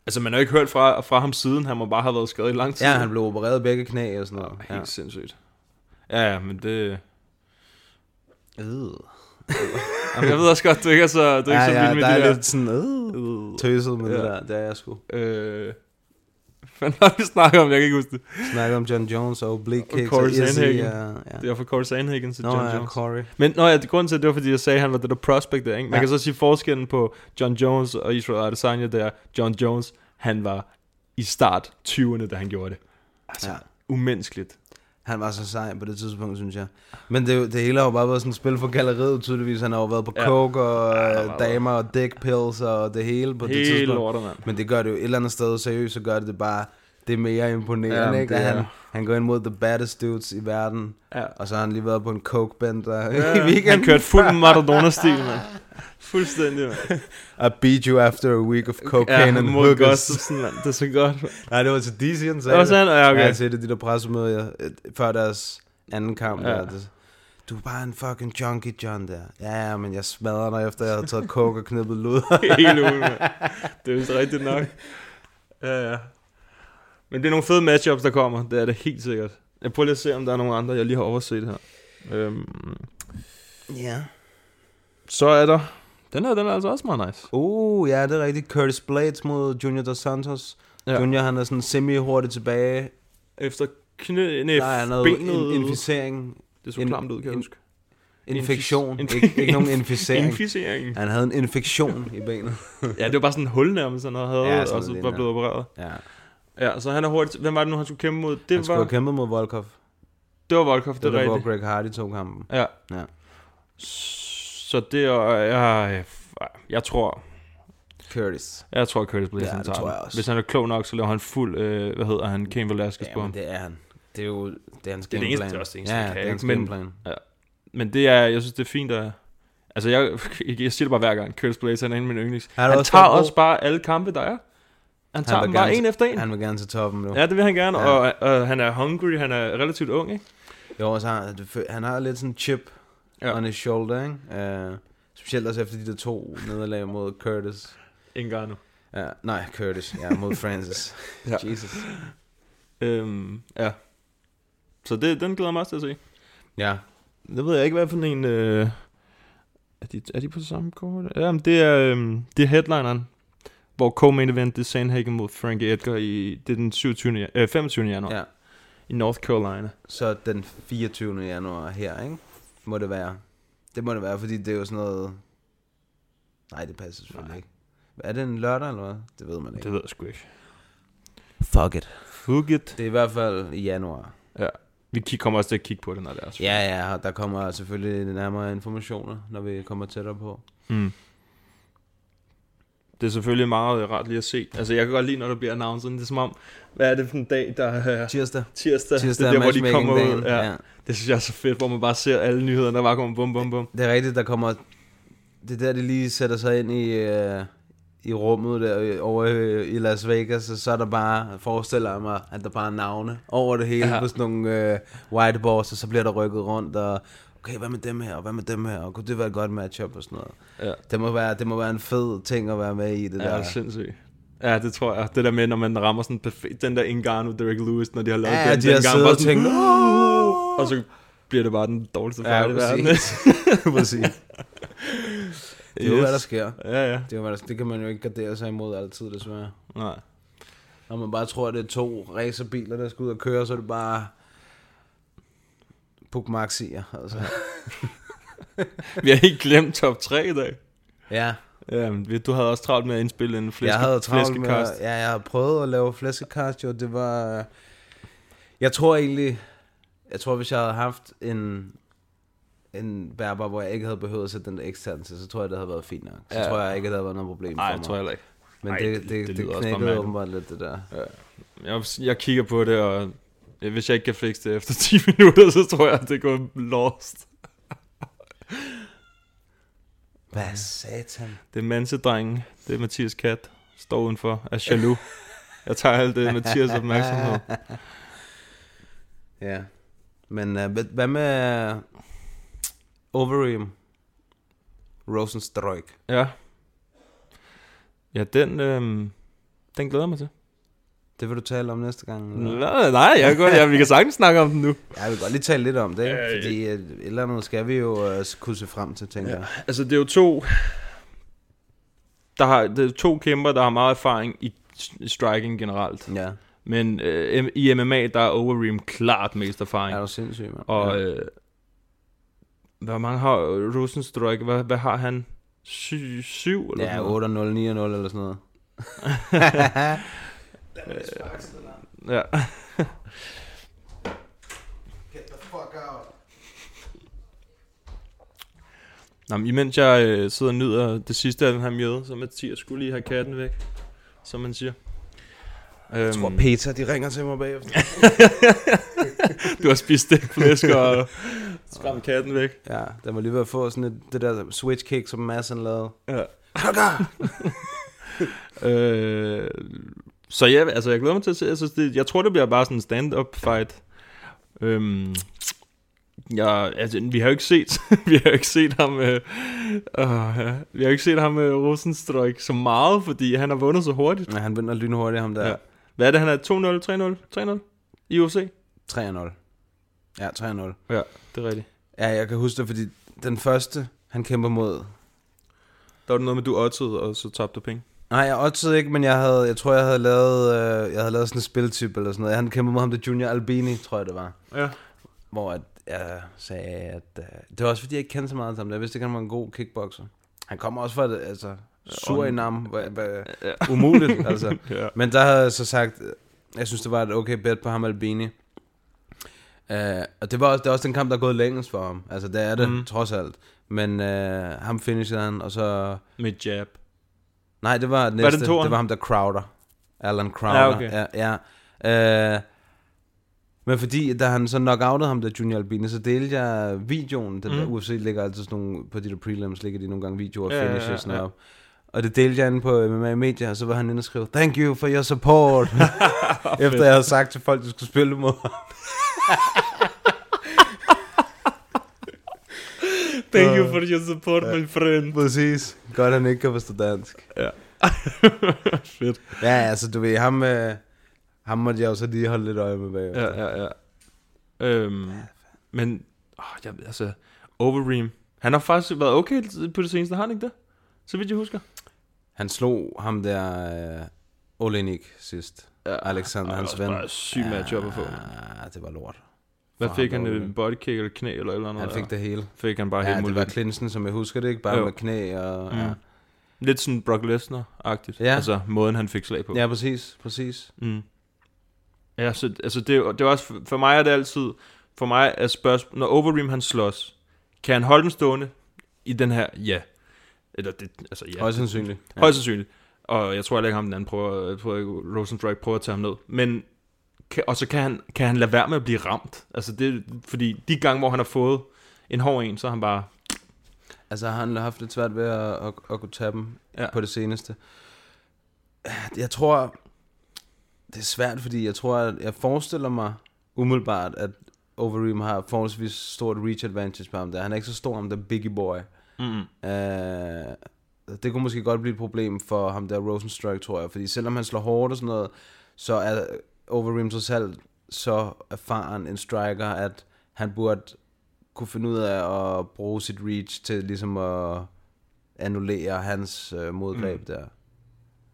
S3: Altså, man har jo ikke hørt fra, fra ham siden. Han må bare have været skadet i lang tid.
S2: ja, han blev opereret i begge knæ og sådan noget.
S3: Helt
S2: Ja.
S3: ja. sindssygt. Ja, ja, men det...
S2: Øh.
S3: Jamen, jeg ved også godt, du ikke er så, du er ikke
S2: ja,
S3: så
S2: ja,
S3: vild med
S2: der
S3: det
S2: er
S3: der.
S2: lidt sådan, øh, tøset med
S3: Ja.
S2: det der, det er jeg sgu.
S3: Øh, hvad har vi snakket om? Jeg kan ikke huske det.
S2: Snakker om John Jones og Blake
S3: Og
S2: Kicks
S3: Corey
S2: Izzy,
S3: Sandhagen.
S2: ja, ja.
S3: Det var fra Corey Sandhagen til
S2: Nå,
S3: John
S2: ja,
S3: Jones.
S2: Corey.
S3: Men nå, ja, det- grunden til, at det var, fordi jeg sagde, at han var det der prospect der, ikke? Man ja.
S2: Ja.
S3: kan så sige forskellen på John Jones og Israel Adesanya, der John Jones, han var i start 20'erne, da han gjorde det.
S2: Ja.
S3: Umenneskeligt.
S2: Han var så sej på det tidspunkt, synes jeg. Men det, det hele har jo bare været sådan et spil for galleriet, tydeligvis. Han har jo været på
S3: Ja.
S2: ja. coke og
S3: Ja,
S2: ja,
S3: meget.
S2: damer og dick pills og det hele på det
S3: Hele
S2: tidspunkt.
S3: lortet, mand.
S2: Men det gør det jo et eller andet sted seriøst, så gør det det bare det mere imponerende,
S3: Jamen,
S2: ja, ikke?
S3: det
S2: At
S3: er-
S2: han, han går ind mod the baddest dudes i verden,
S3: Ja.
S2: og så har han lige været på en coke bender i
S3: Ja,
S2: weekenden.
S3: han kørte fuld Maradona-stil, mand. Fuldstændig, mand.
S2: I beat you after a week of cocaine
S3: ja,
S2: and
S3: mod
S2: hookers.
S3: Gustafsson, mand. Det er så godt.
S2: Nej, det var til DC, han sagde
S3: Det var sådan, ja, okay.
S2: Ja, til det, de der pressemøder øh, før deres anden kamp.
S3: Ja.
S2: Ja. Der, det, du er bare en fucking junkie, John, der. Ja, ja, men jeg smadrede dig, efter jeg havde taget coke og knippet lud.
S3: Helt ude, mand. Det er vist rigtigt nok. Ja, ja. Men det er nogle fede matchups, der kommer. Det er det helt sikkert. Jeg prøver lige at se, om der er nogle andre, jeg lige har overset her. Øhm,
S2: ja.
S3: så er der... Den her, den er altså også meget nice.
S2: Uh, ja, det er rigtigt. Curtis Blades mod Junior Dos Santos.
S3: Ja.
S2: Ja. Junior, han er sådan semi-hurtigt tilbage.
S3: Efter knæ... Nej,
S2: Der er noget in- inficering.
S3: Det så
S2: in-
S3: klamt ud, kan jeg
S2: in-
S3: huske.
S2: Infektion.
S3: Infi-
S2: ikke, ikke nogen
S3: inf-
S2: inficering.
S3: Inficering.
S2: han havde en infektion i benet.
S3: Ja, det var bare sådan en hul nærmest, han havde,
S2: Ja,
S3: ja,
S2: sådan
S3: og så
S2: lidt
S3: var
S2: der.
S3: blevet opereret.
S2: Ja.
S3: Ja, så han er hurtigt... Hvem var det nu, han skulle kæmpe mod? Det
S2: Han skulle
S3: var...
S2: have kæmpet mod Volkov. Det,
S3: Det var Volkov, det,
S2: det
S3: det
S2: var
S3: er
S2: der, hvor
S3: rigtigt.
S2: Greg Hardy tog kampen.
S3: Ja.
S2: Ja.
S3: Så det er... Jeg, jeg tror...
S2: Curtis.
S3: Jeg tror, Curtis Blaze
S2: Ja,
S3: ja,
S2: det
S3: tager
S2: tror
S3: den.
S2: jeg også.
S3: Hvis han er klog nok, så laver han fuld... Øh, hvad hedder han? Cain Velasquez på ham.
S2: Jamen, det er han. Det er jo det er hans
S3: Det er det eneste-
S2: gameplan.
S3: det er også det eneste,
S2: ja,
S3: han kan,
S2: det er hans
S3: ikke? Men-
S2: gameplan.
S3: Men det er... Jeg synes, det er fint at... Altså, jeg, jeg siger det bare hver gang. Curtis Blaze, han er en af mine yndlings.
S2: Han
S3: Han,
S2: er
S3: han
S2: også
S3: tager
S2: så god.
S3: også bare alle kampe, der er. Han tager
S2: vil
S3: dem bare
S2: gerne-
S3: en efter en.
S2: Han vil gerne til toppen nu.
S3: Ja, det vil han gerne.
S2: Ja.
S3: Ja. Og, og han er hungry, han er relativt ung, ikke?
S2: Jo, og så har han, han har lidt sådan en chip
S3: Ja.
S2: ja. on his shoulder, ikke? Uh, specielt også efter de der to nederlag mod Curtis.
S3: Ingen nu.
S2: Ja, nej, Curtis. Ja, mod Francis.
S3: Ja.
S2: Jesus.
S3: Øhm, ja. Så det, den glæder jeg mig også til at se.
S2: Ja.
S3: Det ved jeg ikke, hvad for en... Øh, er, de, er de på samme kort? Ja, men det er, øh, det er headlineren, hvor co-main event det er Sandhagen mod Frankie Edgar i det er den 27. ja- Øh, 25. januar ja.
S2: ja.
S3: i North Carolina.
S2: Så den 24. januar her, ikke? Må det være. Det må det være, fordi det er jo sådan noget... Nej, det passer selvfølgelig
S3: Nej.
S2: ikke. Er det en lørdag eller hvad? Det ved man ikke.
S3: Det ved jeg sgu ikke.
S2: Fuck it.
S3: Fuck it.
S2: Det er i hvert fald i januar.
S3: Ja. Vi kig- kommer også til at kigge på det, når det er. selvfølgelig.
S2: Ja, ja, og der kommer selvfølgelig nærmere informationer, når vi kommer tættere på.
S3: Mm. Det er selvfølgelig meget øh, rart lige at se. Altså, jeg kan godt lide, når der bliver announceret. Det er som om, hvad er det for en dag, der er
S2: Tirsdag.
S3: tirsdag?
S2: Tirsdag
S3: det er der, hvor de kommer ud.
S2: matchmaking-dagen,
S3: Ja.
S2: ja.
S3: Det synes jeg er så fedt, hvor man bare ser alle nyhederne, der bare kommer bum, bum, bum.
S2: Det er rigtigt, der kommer... Det er der, de lige sætter sig ind i, øh, i rummet der øh, over øh, i Las Vegas, og så er der bare, forestiller jeg mig, at der bare er navne over det hele
S3: Ja.
S2: ja. på sådan nogle øh, whiteboards, og så bliver der rykket rundt, og okay, hvad med dem her, og hvad med dem her, og kunne det være et godt matchup og sådan noget.
S3: Ja.
S2: Det må være, det må være en fed ting at være med i, det
S3: Ja, det
S2: der.
S3: er sindssygt. Ja, det tror jeg. Det der med, når man rammer sådan perfekt, den der Ngannou, Derek Lewis, når de har lavet
S2: Ja,
S3: den,
S2: de har
S3: den
S2: siddet og tænkt,
S3: "Åh!" og så bliver det bare den dårligste
S2: Ja,
S3: fight i verden.
S2: præcis. Præcis. Det er jo,
S3: Yes.
S2: hvad der sker.
S3: Ja, ja.
S2: Det, er, jo, hvad der, det kan man jo ikke gardere sig imod altid, desværre.
S3: Nej.
S2: Når man bare tror, at det er to racerbiler, der skal ud og køre, så er det bare... Puk Maxier, altså.
S3: Vi har helt glemt top 3 i dag.
S2: Ja,
S3: Ja, men vi- du havde også travlt med at indspille en flæske,
S2: jeg havde travlt med...
S3: flæskekast.
S2: Ja, jeg havde prøvet at lave flæskekast, jo. Det var... Jeg tror egentlig... Jeg tror, hvis jeg havde haft en en bærbar, hvor jeg ikke havde behøvet at sætte den der eksterne til, så tror jeg, det havde været fint nok. Så
S3: Ja.
S2: ja. tror jeg ikke, at der havde været noget problem
S3: Nej,
S2: for
S3: jeg
S2: mig.
S3: tror heller ikke.
S2: Men
S3: Ej,
S2: det, det,
S3: det- det
S2: det, det,
S3: lyder
S2: det
S3: også
S2: knækkede
S3: formanende.
S2: åbenbart lidt, det der.
S3: Jeg, jeg kigger på det, og ja, hvis jeg ikke kan fikse det efter 10 minutter, så tror jeg, at det går lost.
S2: Hvad satan?
S3: Det er Mansedrengen, det er Mathias Kat, står udenfor, er jaloux. Jeg tager alt det Mathias opmærksomhed.
S2: Ja. Men uh, hvad med uh, Overeem? Rosenstrøk.
S3: Ja. Ja, den, øhm, den glæder jeg mig til.
S2: Det vil du tale om næste gang? Eller?
S3: Nej, nej jeg kan godt, ja, vi kan sagtens snakke om den nu.
S2: Jeg vil godt lige tale lidt om det, ikke?
S3: Ja, ja.
S2: fordi øh, et eller andet skal vi jo uh, kunne se frem til, tænker ja. jeg.
S3: Altså, det er jo to... Der har, det er to kæmper, der har meget erfaring i s- striking generelt.
S2: Ja,
S3: Men øh, i MMA, der er Overeem klart mest erfaring.
S2: er du sindssyg, mand?
S3: Og
S2: ja.
S3: øh, hvor mange har Rosenstrøk? Hvad, hvad har han? Sy, syv? Eller
S2: ja,
S3: sådan
S2: 8-0, 9-0
S3: noget?
S2: eller sådan noget.
S3: Ja. Nå, men imens jeg øh, sidder og nyder det sidste af den her mjøde, så Mathias skulle lige have katten væk, som man siger. Øhm,
S2: Jeg tror, Peter, de ringer til mig bagefter.
S3: du har spist stikflæsk og skræmt katten væk.
S2: Ja, der var lige ved at få sådan et, det der switch kick, som Madsen lavede.
S3: Ja. øh, så ja, altså jeg glæder mig til at se. Jeg, synes, det, jeg tror, det bliver bare sådan en stand-up fight. Øhm, ja, altså, vi har jo ikke set, vi har jo ikke set ham, øh, øh, vi har jo ikke set ham øh, Rosenstrøk så meget, fordi han har vundet så hurtigt.
S2: Men han vinder lynhurtigt, ham der.
S3: Ja. Hvad er det, han er? 2-0, 3-0, 3-0 i UFC?
S2: 3-0. Ja, 3-0.
S3: Ja, det er rigtigt.
S2: Ja, jeg kan huske det, fordi den første, han kæmper mod...
S3: Der var det noget med, du oddsede, og så tabte du penge.
S2: Nej, jeg oddsede ikke, men jeg, havde, jeg tror, jeg havde lavet, øh, jeg havde lavet sådan en spiltype eller sådan noget. Han kæmpede mod ham, der Junior Albini, tror jeg det var.
S3: Ja.
S2: Hvor at jeg sagde, at... Øh, det var også, fordi jeg ikke kendte så meget til ham. Jeg vidste ikke, han var en god kickboxer. Han kommer også fra, et, altså... Surinam, hva- hva- umuligt, altså.
S3: Ja.
S2: Men der havde jeg så sagt, øh, jeg synes, det var et okay bet på ham, Albini. Uh, og det var også, det er også den kamp, der er gået længst for ham. Altså, det er det, mm. trods alt. Men uh, ham finishede han, og så...
S3: Med jab.
S2: Nej, det var næste.
S3: den
S2: det,
S3: toeren?
S2: det var ham, der Crowder. Alan Crowder.
S3: Ja,
S2: Ja, ja. Øh, men fordi, da han så knockoutede ham, der Junior Albini, så delte jeg videoen. Den mm. der UFC ligger altid sådan nogle, på de der prelims, ligger de nogle gange videoer og
S3: Mhm. Ja, ja,
S2: finishes
S3: ja,
S2: sådan
S3: ja.
S2: op. Og det delte jeg inde på MMA Media, og så var han inde og skrev, thank you for your support. Efter jeg havde sagt til folk, de skulle spille mod ham.
S3: Thank you for your support, my friend.
S2: Præcis. Godt, han ikke kan forstå dansk.
S3: Ja. Fedt.
S2: Ja, altså du ved, ham, øh, ham måtte jeg jo så lige holde lidt øje med bagefter.
S3: Ja, ja, ja. Øhm, men, åh, jeg, ved, altså, Overeem, han har faktisk været okay på det seneste, har han ikke det? Så vidt jeg husker.
S2: Han slog ham der øh, Olenik sidst. Ja, Alexander,
S3: og
S2: hans
S3: også
S2: ven.
S3: bare syg matchup at få.
S2: Ja, det var lort.
S3: Hvad
S2: For
S3: fik
S2: ham,
S3: han?
S2: Overeem.
S3: En bodykick eller knæ eller et eller andet?
S2: Han fik
S3: eller?
S2: det hele.
S3: Fik han bare
S2: Ja,
S3: helt
S2: det
S3: muligt.
S2: var Clinton, som jeg husker det, ikke? Bare
S3: Jo.
S2: med knæ og... Mm. Ja.
S3: Lidt sådan Brock Lesnar-agtigt.
S2: Ja.
S3: Altså, måden han fik slag på.
S2: ja, præcis, præcis.
S3: Ja, så, altså det, er jo- det er også, for mig er det altid, for mig er spørgsmålet, når Overeem han slås, kan han holde den stående i den her? Ja. Eller det, altså ja.
S2: Højst sandsynligt.
S3: Ja. Højst sandsynligt. Og jeg tror heller ikke, ham den anden prøver, jeg tror ikke, Rosenstrike prøver at tage ham ned. Men, kan, og så kan han, kan han lade være med at blive ramt. Altså det, fordi de gange, hvor han har fået en hård en, så er han bare,
S2: Altså, han har haft lidt svært ved at, at, at kunne tage dem
S3: Ja.
S2: ja. på det seneste. Jeg tror, det er svært, fordi jeg tror, at jeg forestiller mig umiddelbart, at Overeem har forholdsvis stort reach advantage på ham der. Han er ikke så stor, ham der Biggie Boy. Mm. Øh, det kunne måske godt blive et problem for ham der Rosenstruck, tror jeg. Fordi selvom han slår hårdt og sådan noget, så er Overeem trods alt så erfaren en striker, at han burde kunne finde ud af at bruge sit reach til ligesom at annullere hans øh, modgreb mm. der.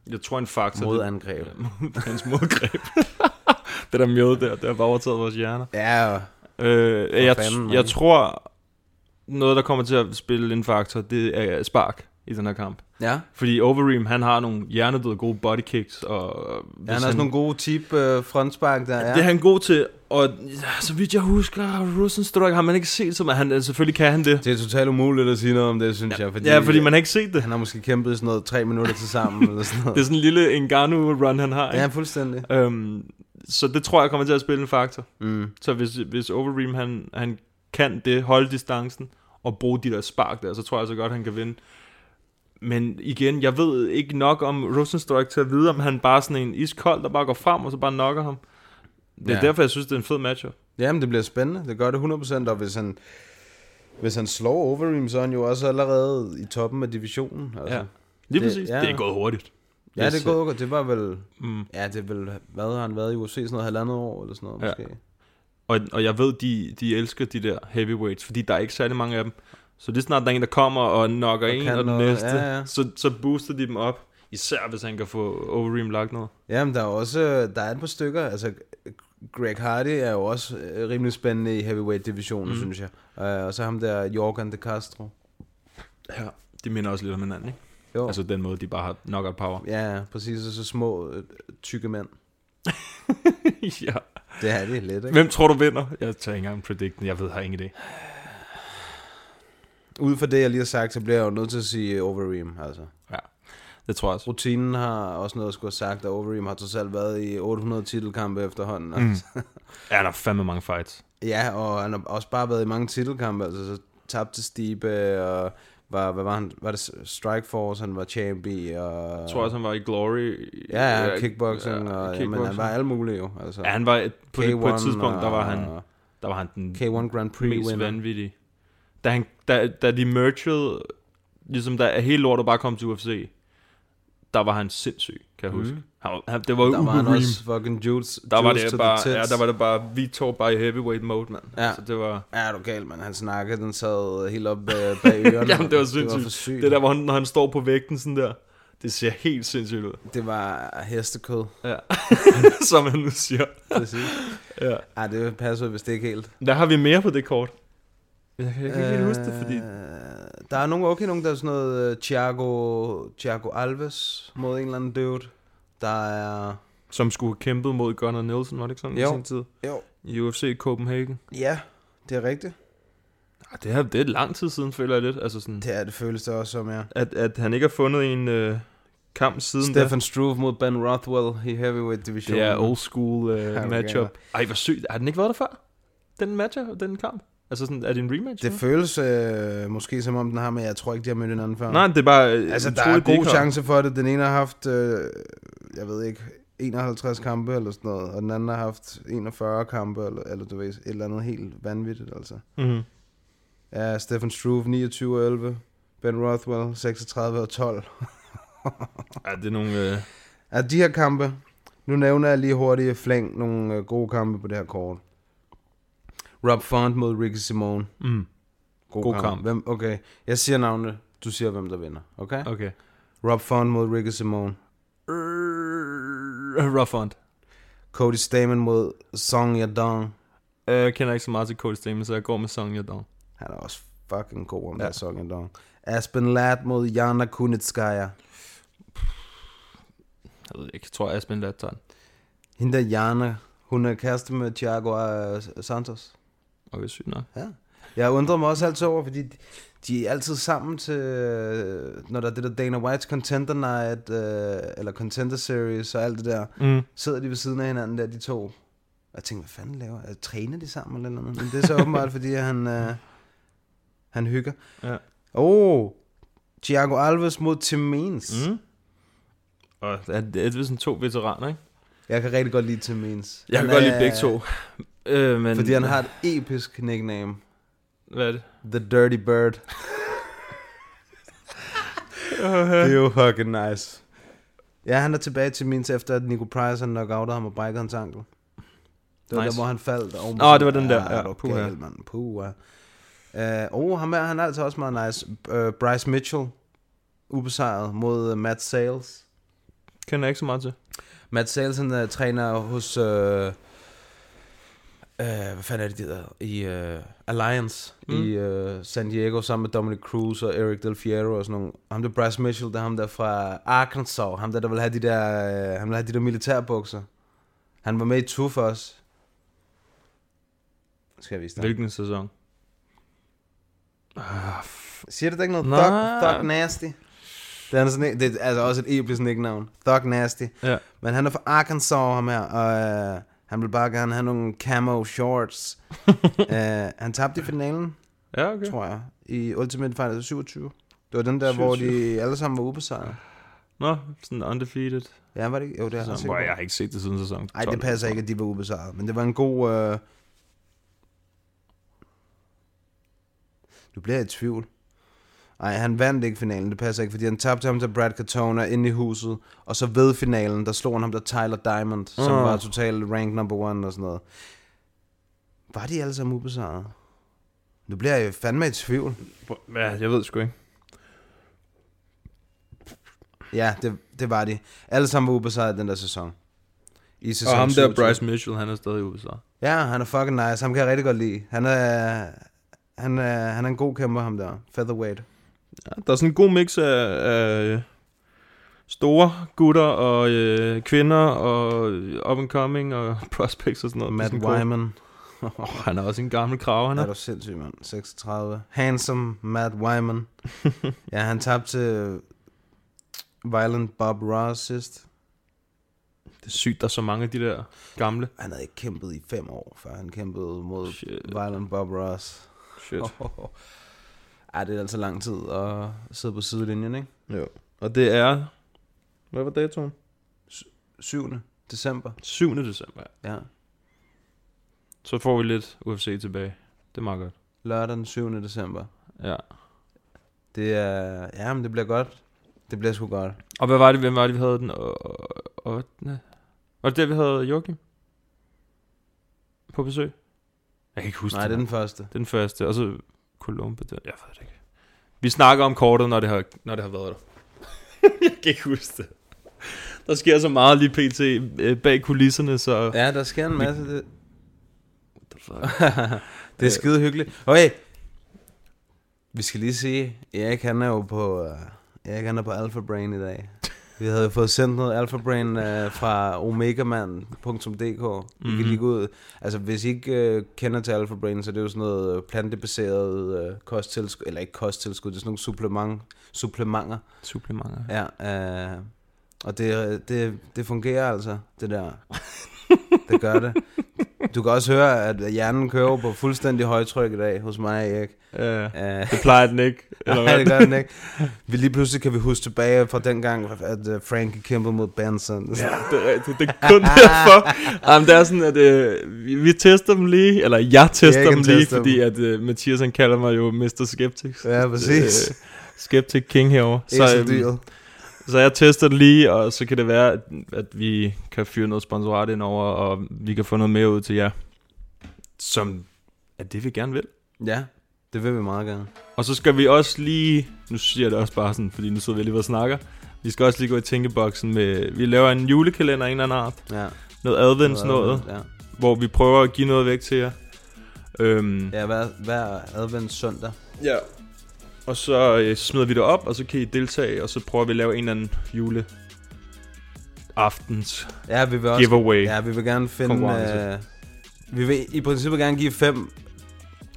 S3: jeg tror en faktor.
S2: Modangreb.
S3: Det, hans modgreb. det der mjøde der, det har bare overtaget vores hjerner.
S2: Ja,
S3: Øh, jeg,
S2: fanden, mand.
S3: jeg tror, noget der kommer til at spille en faktor, det er spark i den her kamp.
S2: ja.
S3: Fordi Overeem, han har nogle hjernedøde gode bodykicks, og hvis
S2: Ja, han har også nogle gode tip øh, frontspark der, ja.
S3: Det er han god til, og ja, så vidt jeg husker, Rosenstruck har man ikke set, som han, altså, selvfølgelig kan han det.
S2: det er totalt umuligt at sige noget om det, synes ja. jeg. Fordi,
S3: Ja, fordi man har ikke set det.
S2: Han har måske kæmpet i sådan noget tre minutter til sammen, eller sådan noget.
S3: Det er sådan en lille Ngannou-run, han har.
S2: Ja,
S3: Ikke?
S2: fuldstændig.
S3: Ja. Øhm, så det tror jeg kommer til at spille en faktor. Mm. Så hvis, hvis Overeem, han, han kan det, holde distancen, og bruge de der spark der, så tror jeg så godt, han kan vinde. Men igen, jeg ved ikke nok om Rosenstruck til at vide, om han bare er sådan en iskold, der bare går frem, og så bare nokker ham. Det er ja.
S2: Ja.
S3: derfor, jeg synes, det er en fed matchup.
S2: Jamen, det bliver spændende. Det gør det 100%, og hvis han, hvis han slår Overeem, så er han jo også allerede i toppen af divisionen. Altså.
S3: Ja. Lige
S2: Det-
S3: præcis.
S2: ja.
S3: Det er gået hurtigt.
S2: Ja,
S3: Hvis,
S2: det går godt. Det var vel... Mm. Ja, det er vel... Hvad har han været i UFC? Sådan noget halvandet år eller sådan noget,
S3: Ja.
S2: måske.
S3: Og, og jeg ved, de, de elsker de der heavyweights, fordi der er ikke særlig mange af dem. Så lige snart der er en, der kommer og knocker en
S2: kan
S3: og den
S2: noget,
S3: næste,
S2: ja, ja.
S3: Så, så booster de dem op. Især hvis han kan få Overeem lagt noget.
S2: Jamen, der er også... Der er et par stykker. Altså, Greg Hardy er jo også øh, rimelig spændende i heavyweight-divisionen, mm. synes jeg. Uh, og så ham der, Jorgen de Castro.
S3: Ja. De minder også lidt om hinanden, ikke?
S2: Jo.
S3: Altså den måde, de bare har knockout power.
S2: Ja, ja, præcis. Og så små, øh, tykke mænd.
S3: ja.
S2: Det er det lidt, ikke?
S3: Hvem tror du vinder? Jeg tager ikke engang predict den. Jeg ved, har ingen idé.
S2: ud fra det, jeg lige har sagt, så bliver jeg jo nødt til at sige Overeem, altså.
S3: Ja, det tror jeg også.
S2: Rutinen har også noget at skulle have sagt, og Overeem har trods alt været i 800 titelkampe efterhånden. Altså. Mm.
S3: Ja, han har fandme mange fights.
S2: ja, og han har også bare været i mange titelkampe, altså så tabt til Stipe, og var, hvad var han, var det Strikeforce, han var champ i, og...
S3: Jeg tror også, han var i Glory.
S2: Ja, ja, kickboxing, ja, og jamen, han var alle mulige jo. Altså.
S3: Ja, han var på, på et
S2: K1
S3: tidspunkt, der var han,
S2: og-
S3: der var han den
S2: K1 Grand Prix
S3: mest
S2: winner.
S3: vanvittige. Da, han, da, da de mergede, ligesom da hele lortet bare kom til UFC, der var han sindssyg, kan jeg huske. Han, han, det var jo
S2: Der var han
S3: Uberim.
S2: også fucking juice,
S3: Der var
S2: juice to
S3: det
S2: the
S3: bare,
S2: tits.
S3: ja, der var det bare, vi tog bare i heavyweight mode, mand.
S2: Ja.
S3: Så det var,
S2: Ja, er du gal, mand. Han snakkede, den sad helt op øh, bag ørerne.
S3: jamen, det var
S2: Det var
S3: sindssygt.
S2: for sygt.
S3: det der, hvor han, når han står på vægten sådan der, det ser helt sindssygt ud,
S2: det var hestekød,
S3: som han nu siger.
S2: præcis. ja. Ej, det passer vist ikke helt.
S3: Hvad har vi mere på det kort? Jeg kan ikke øh, helt huske det, fordi...
S2: Øh, Der er nogle, okay, nogle, der er sådan noget øh, Thiago, Thiago Alves mod en eller anden dude. Der er...
S3: Som skulle have kæmpet mod Gunnar Nielsen, var det ikke sådan
S2: Jo.
S3: i sin tid?
S2: Jo,
S3: I UFC Copenhagen.
S2: ja, det er rigtigt.
S3: Ah, Det er, det er lang tid siden, føler jeg lidt. Altså sådan,
S2: Det er det føles det også som, ja.
S3: at, at han ikke har fundet en øh, kamp siden da.
S2: Stefan Struve mod Ben Rothwell i heavyweight division.
S3: Det er old school øh,
S2: okay,
S3: matchup. Ej, hvor sygt. Har den ikke været der før? Den matchup, den kamp? Altså sådan, er det en rematch?
S2: Det
S3: nu?
S2: føles øh, måske som om den har, men jeg tror ikke, de har mødt hinanden før.
S3: Nej, det er bare... øh,
S2: Altså, der er
S3: utroligt, det
S2: gode
S3: ikke har-
S2: chance for det. Den ene har haft, øh, jeg ved ikke, 51 kampe eller sådan noget, og den anden har haft 41 kampe, eller, eller du ved, et eller andet helt vanvittigt, altså.
S3: Mhm.
S2: Ja, Stefan Struve, 29 og 11. Ben Rothwell, 36 og 12.
S3: Ja, det er nogle... Øh,
S2: Er de her kampe, nu nævner jeg lige hurtigt i flæng nogle øh, gode kampe på det her kort. Rob Font mod Ricky Simone.
S3: Mm. God
S2: God, god kamp.
S3: kamp.
S2: kamp. Hvem, okay, jeg siger navnene, du siger, hvem der vinder, okay? okay.
S3: okay.
S2: Rob Font mod Ricky Simone.
S3: Øh, rough on.
S2: Cody Stamen mod Song Yadong.
S3: Øh, Jeg kender ikke så meget til Cody Stamen, så jeg går med Song Yadong.
S2: Han er også fucking god om ja. der Song Yadong. Aspen Ladd mod Jana Kunitskaya.
S3: Jeg ved ikke, jeg tror Aspen Ladd tager den.
S2: Hende der Jana, hun er kæreste med Thiago øh, Santos.
S3: Okay, sygt nok.
S2: Ja. Jeg undrer mig også altid over, fordi de- de er altid sammen til, øh, når der er det der Dana White's Contender Night, øh, eller Contender Series og alt det der,
S3: Mm.
S2: sidder de ved siden af hinanden der, de to. Og jeg tænker, hvad fanden laver jeg? Træner de sammen eller noget? Men det er så åbenbart, fordi han, øh, han hygger.
S3: Ja.
S2: Oh, Thiago Alves mod Tim Means. Mm.
S3: Mm. Og det er, det er vist sådan to veteraner, ikke?
S2: Jeg kan rigtig godt lide Tim Means.
S3: Jeg kan
S2: Han
S3: godt
S2: er-
S3: lide begge to. Øh, men,
S2: Fordi han har et episk nickname.
S3: Hvad er det?
S2: The Dirty Bird. det er jo fucking nice. Ja, han er tilbage til Means efter, at Nico Price han knockoutede ham og brækkede hans ankel. Det var nice.
S3: Nice.
S2: der, hvor han faldt. Oh Og
S3: Nå, det var den der.
S2: Ja,
S3: Ja,
S2: er du
S3: puha.
S2: gal, mand. Puha. Uh, oh, ham er, han er altså også meget nice. Uh, Bryce Mitchell, ubesejret mod uh, Matt Sales.
S3: Kender jeg ikke så meget til.
S2: Matt Sales, han er øh, træner hos... Uh, Uh, hvad fanden er det, de hedder? I uh, Alliance mm. i uh, San Diego, sammen med Dominic Cruz og Eric Del Fierro og sådan nogle. Ham der Bryce Mitchell, der er ham der fra Arkansas. Ham der, der vil have de der, uh, han vil have de der militærbukser. Han var med i Two for os. Skal jeg vise dig?
S3: Hvilken sæson?
S2: Siger det da ikke noget?
S3: Nej.
S2: Thug, thug Nasty. Det er, sådan, en- det er altså også et episk nicknavn. Thug Nasty.
S3: Ja.
S2: Men han er fra Arkansas, ham her, og øh, han vil bare gerne have nogle camo shorts. øh, han tabte i finalen,
S3: Ja, okay.
S2: tror jeg, i Ultimate Fighter 27. Det var den der, 27. hvor de alle sammen var ubesejret.
S3: Nå, sådan undefeated.
S2: Ja, var det ikke? Jo, det er jeg
S3: Så,
S2: ret sikker
S3: Bro,
S2: på.
S3: jeg har ikke set det siden sæson 12.
S2: Ej, det passer ikke, at de var ubesejret. Men det var en god... Øh... Du bliver i tvivl. Nej, han vandt ikke finalen, det passer ikke, fordi han tabte ham til Brad Katona inde i huset, og så ved finalen, der slog han ham der Tyler Diamond, som
S3: Ah.
S2: var total rank number one og sådan noget. Var de alle sammen ubesejret? Nu bliver jeg jo fandme i tvivl.
S3: Bro, Ja, jeg ved sgu ikke.
S2: Ja, det, det var de. Alle sammen var ubesejret den der sæson. I sæson
S3: Og ham der
S2: 27.
S3: Bryce Mitchell, han er stadig i USA.
S2: Ja, han er fucking nice. Ham kan jeg rigtig godt lide. Han er, han er, han er en god kæmper, ham der. Featherweight.
S3: Ja, der er sådan en god mix af, af øh, store gutter og øh, kvinder og up and coming og prospects og sådan noget. Det er
S2: Matt
S3: sådan en god-
S2: Wyman.
S3: Oh, han er også en gammel krav, han
S2: Er
S3: er.
S2: du sindssyg, mand? 36. Handsome Matt Wyman. ja, han tabte til Violent Bob Ross sidst.
S3: Det er sygt, der er så mange af de der gamle.
S2: Han havde ikke kæmpet i fem år, før han kæmpede mod
S3: Shit.
S2: Shit. Violent Bob Ross.
S3: Shit. Oh.
S2: Ej, det er altså lang tid at sidde på sidelinjen, ikke?
S3: Jo. Og det er... Hvad var datoen?
S2: 7. december.
S3: 7. december.
S2: Ja.
S3: Så får vi lidt UFC tilbage. Det er meget godt.
S2: Lørdag den 7. december.
S3: Ja.
S2: Det er... Ja, men det bliver godt. Det bliver sgu godt.
S3: Og hvad var det, hvem var det, vi havde den 8. Var det der, vi havde Joachim? På besøg? Jeg kan ikke huske
S2: Nej, det er den første.
S3: Den første, og så Columba der. Jeg ved det ikke. Vi snakker om kortet, når det har, når det har været der. jeg kan ikke huske det. Der sker så meget lige pt. øh, bag kulisserne, så...
S2: Ja, der sker en masse. Det,
S3: Ja.
S2: det er skide hyggeligt. Okay. Vi skal lige sige, Erik han er jo på, uh, Erik han er på Alpha Brain i dag. Vi havde jo fået sendt noget Alpha Brain uh, fra omegaman.dk. I kan lige gå ud. Altså, hvis I ikke uh, kender til Alpha Brain, så er det jo sådan noget øh, plantebaseret uh, kosttilskud, eller ikke kosttilskud, det er sådan nogle supplement, supplementer.
S3: Supplementer.
S2: Ja, øh, og det, det, det fungerer altså, det der. Det gør det. Du kan også høre, at hjernen kører på fuldstændig højtryk i dag hos mig og Erik.
S3: Ja.
S2: Øh,
S3: Det plejer den ikke. Eller
S2: Nej,
S3: hvad?
S2: det gør den ikke. Vi lige pludselig kan vi huske tilbage fra dengang, at øh, Frankie kæmpede mod Benson. Ja.
S3: det, er rigtigt. det er kun derfor. Jamen, det er sådan, at øh, vi, vi tester dem lige, eller jeg tester
S2: Jørgen
S3: dem lige,
S2: tester dem.
S3: fordi at øh, Mathias han kalder mig jo Mr. Skeptics.
S2: Ja, præcis.
S3: Øh, Skeptic King herovre. Så,
S2: Så,
S3: øh, så jeg tester det lige, og så kan det være, at, at vi kan fyre noget sponsorat ind over, og vi kan få noget mere ud til jer, som er det, vi gerne vil.
S2: ja, det vil vi meget gerne.
S3: Og så skal vi også lige, nu siger jeg det også bare sådan, fordi nu sidder vi alligevel og snakker, vi skal også lige gå i tænkeboksen med, vi laver en julekalender af en eller anden art,
S2: Ja.
S3: noget adventsnåde,
S2: Ja.
S3: hvor vi prøver at give noget væk til jer. Øhm, ja.
S2: ja, hver, hver advents søndag.
S3: ja. Og så øh, smider vi det op, og så kan I deltage, og så prøver vi at lave en eller anden jule aftens
S2: Ja, vi vil også
S3: giveaway ja.
S2: Ja, vi vil gerne finde...
S3: Konkurrence.
S2: Øh, vi vil i princippet gerne give fem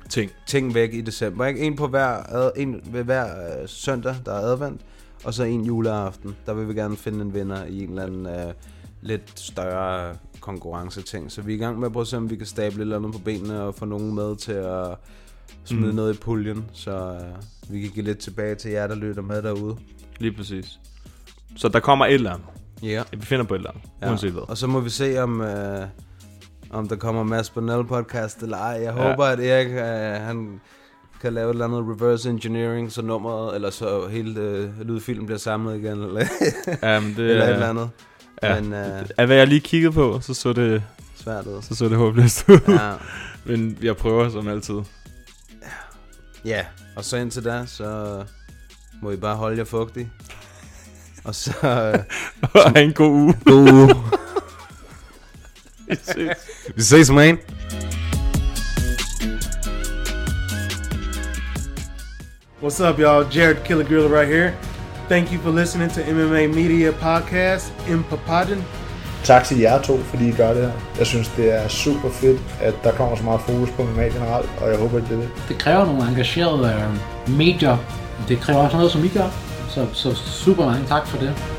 S3: ting.
S2: ting væk i december. Ikke? En på hver, ad, en ved hver øh, søndag, der er advent, og så en juleaften. Der vil vi gerne finde en vinder i en eller anden øh, lidt større konkurrenceting. Så vi er i gang med at prøve at se, om vi kan stable et eller andet på benene og få nogen med til at smide mm. noget i puljen, så øh, vi kan give lidt tilbage til jer, der lytter med derude.
S3: Lige præcis. Så der kommer et eller andet.
S2: Ja.
S3: Vi finder på et eller andet, ja. uanset hvad. Øhm,
S2: Og så må vi se, om, øh, om der kommer Mads Bonnell podcast eller ej. Jeg håber, at Erik øh, han kan lave et eller andet reverse engineering, så nummeret, eller så hele øh, lydfilmen bliver samlet igen, eller,
S3: Ja, men det
S2: eller et eller
S3: er,
S2: andet.
S3: Ja.
S2: Ja. Men øh,
S3: af hvad jeg lige kiggede på, så så det,
S2: svært ud.
S3: så så det håbløst ud. Ja.
S2: Ja.
S3: men jeg prøver som altid.
S2: ja, og så indtil da, så må I bare holde jer fugtige. Og så... Øh,
S3: ha' en god uge.
S2: god uge.
S3: Vi ses.
S2: Vi ses, man.
S5: What's up, y'all? Jared Killigrill right here. Thank you for listening to MMA Media Podcast, Impapodden.
S7: Tak til jer to, fordi I gør det her. Jeg synes, det er super fedt, at der kommer så meget fokus på MMA generelt, og jeg håber, at det er det.
S8: Det kræver nogle engagerede øh, medier. Det kræver også noget, som I gør. Så, så super mange tak for det.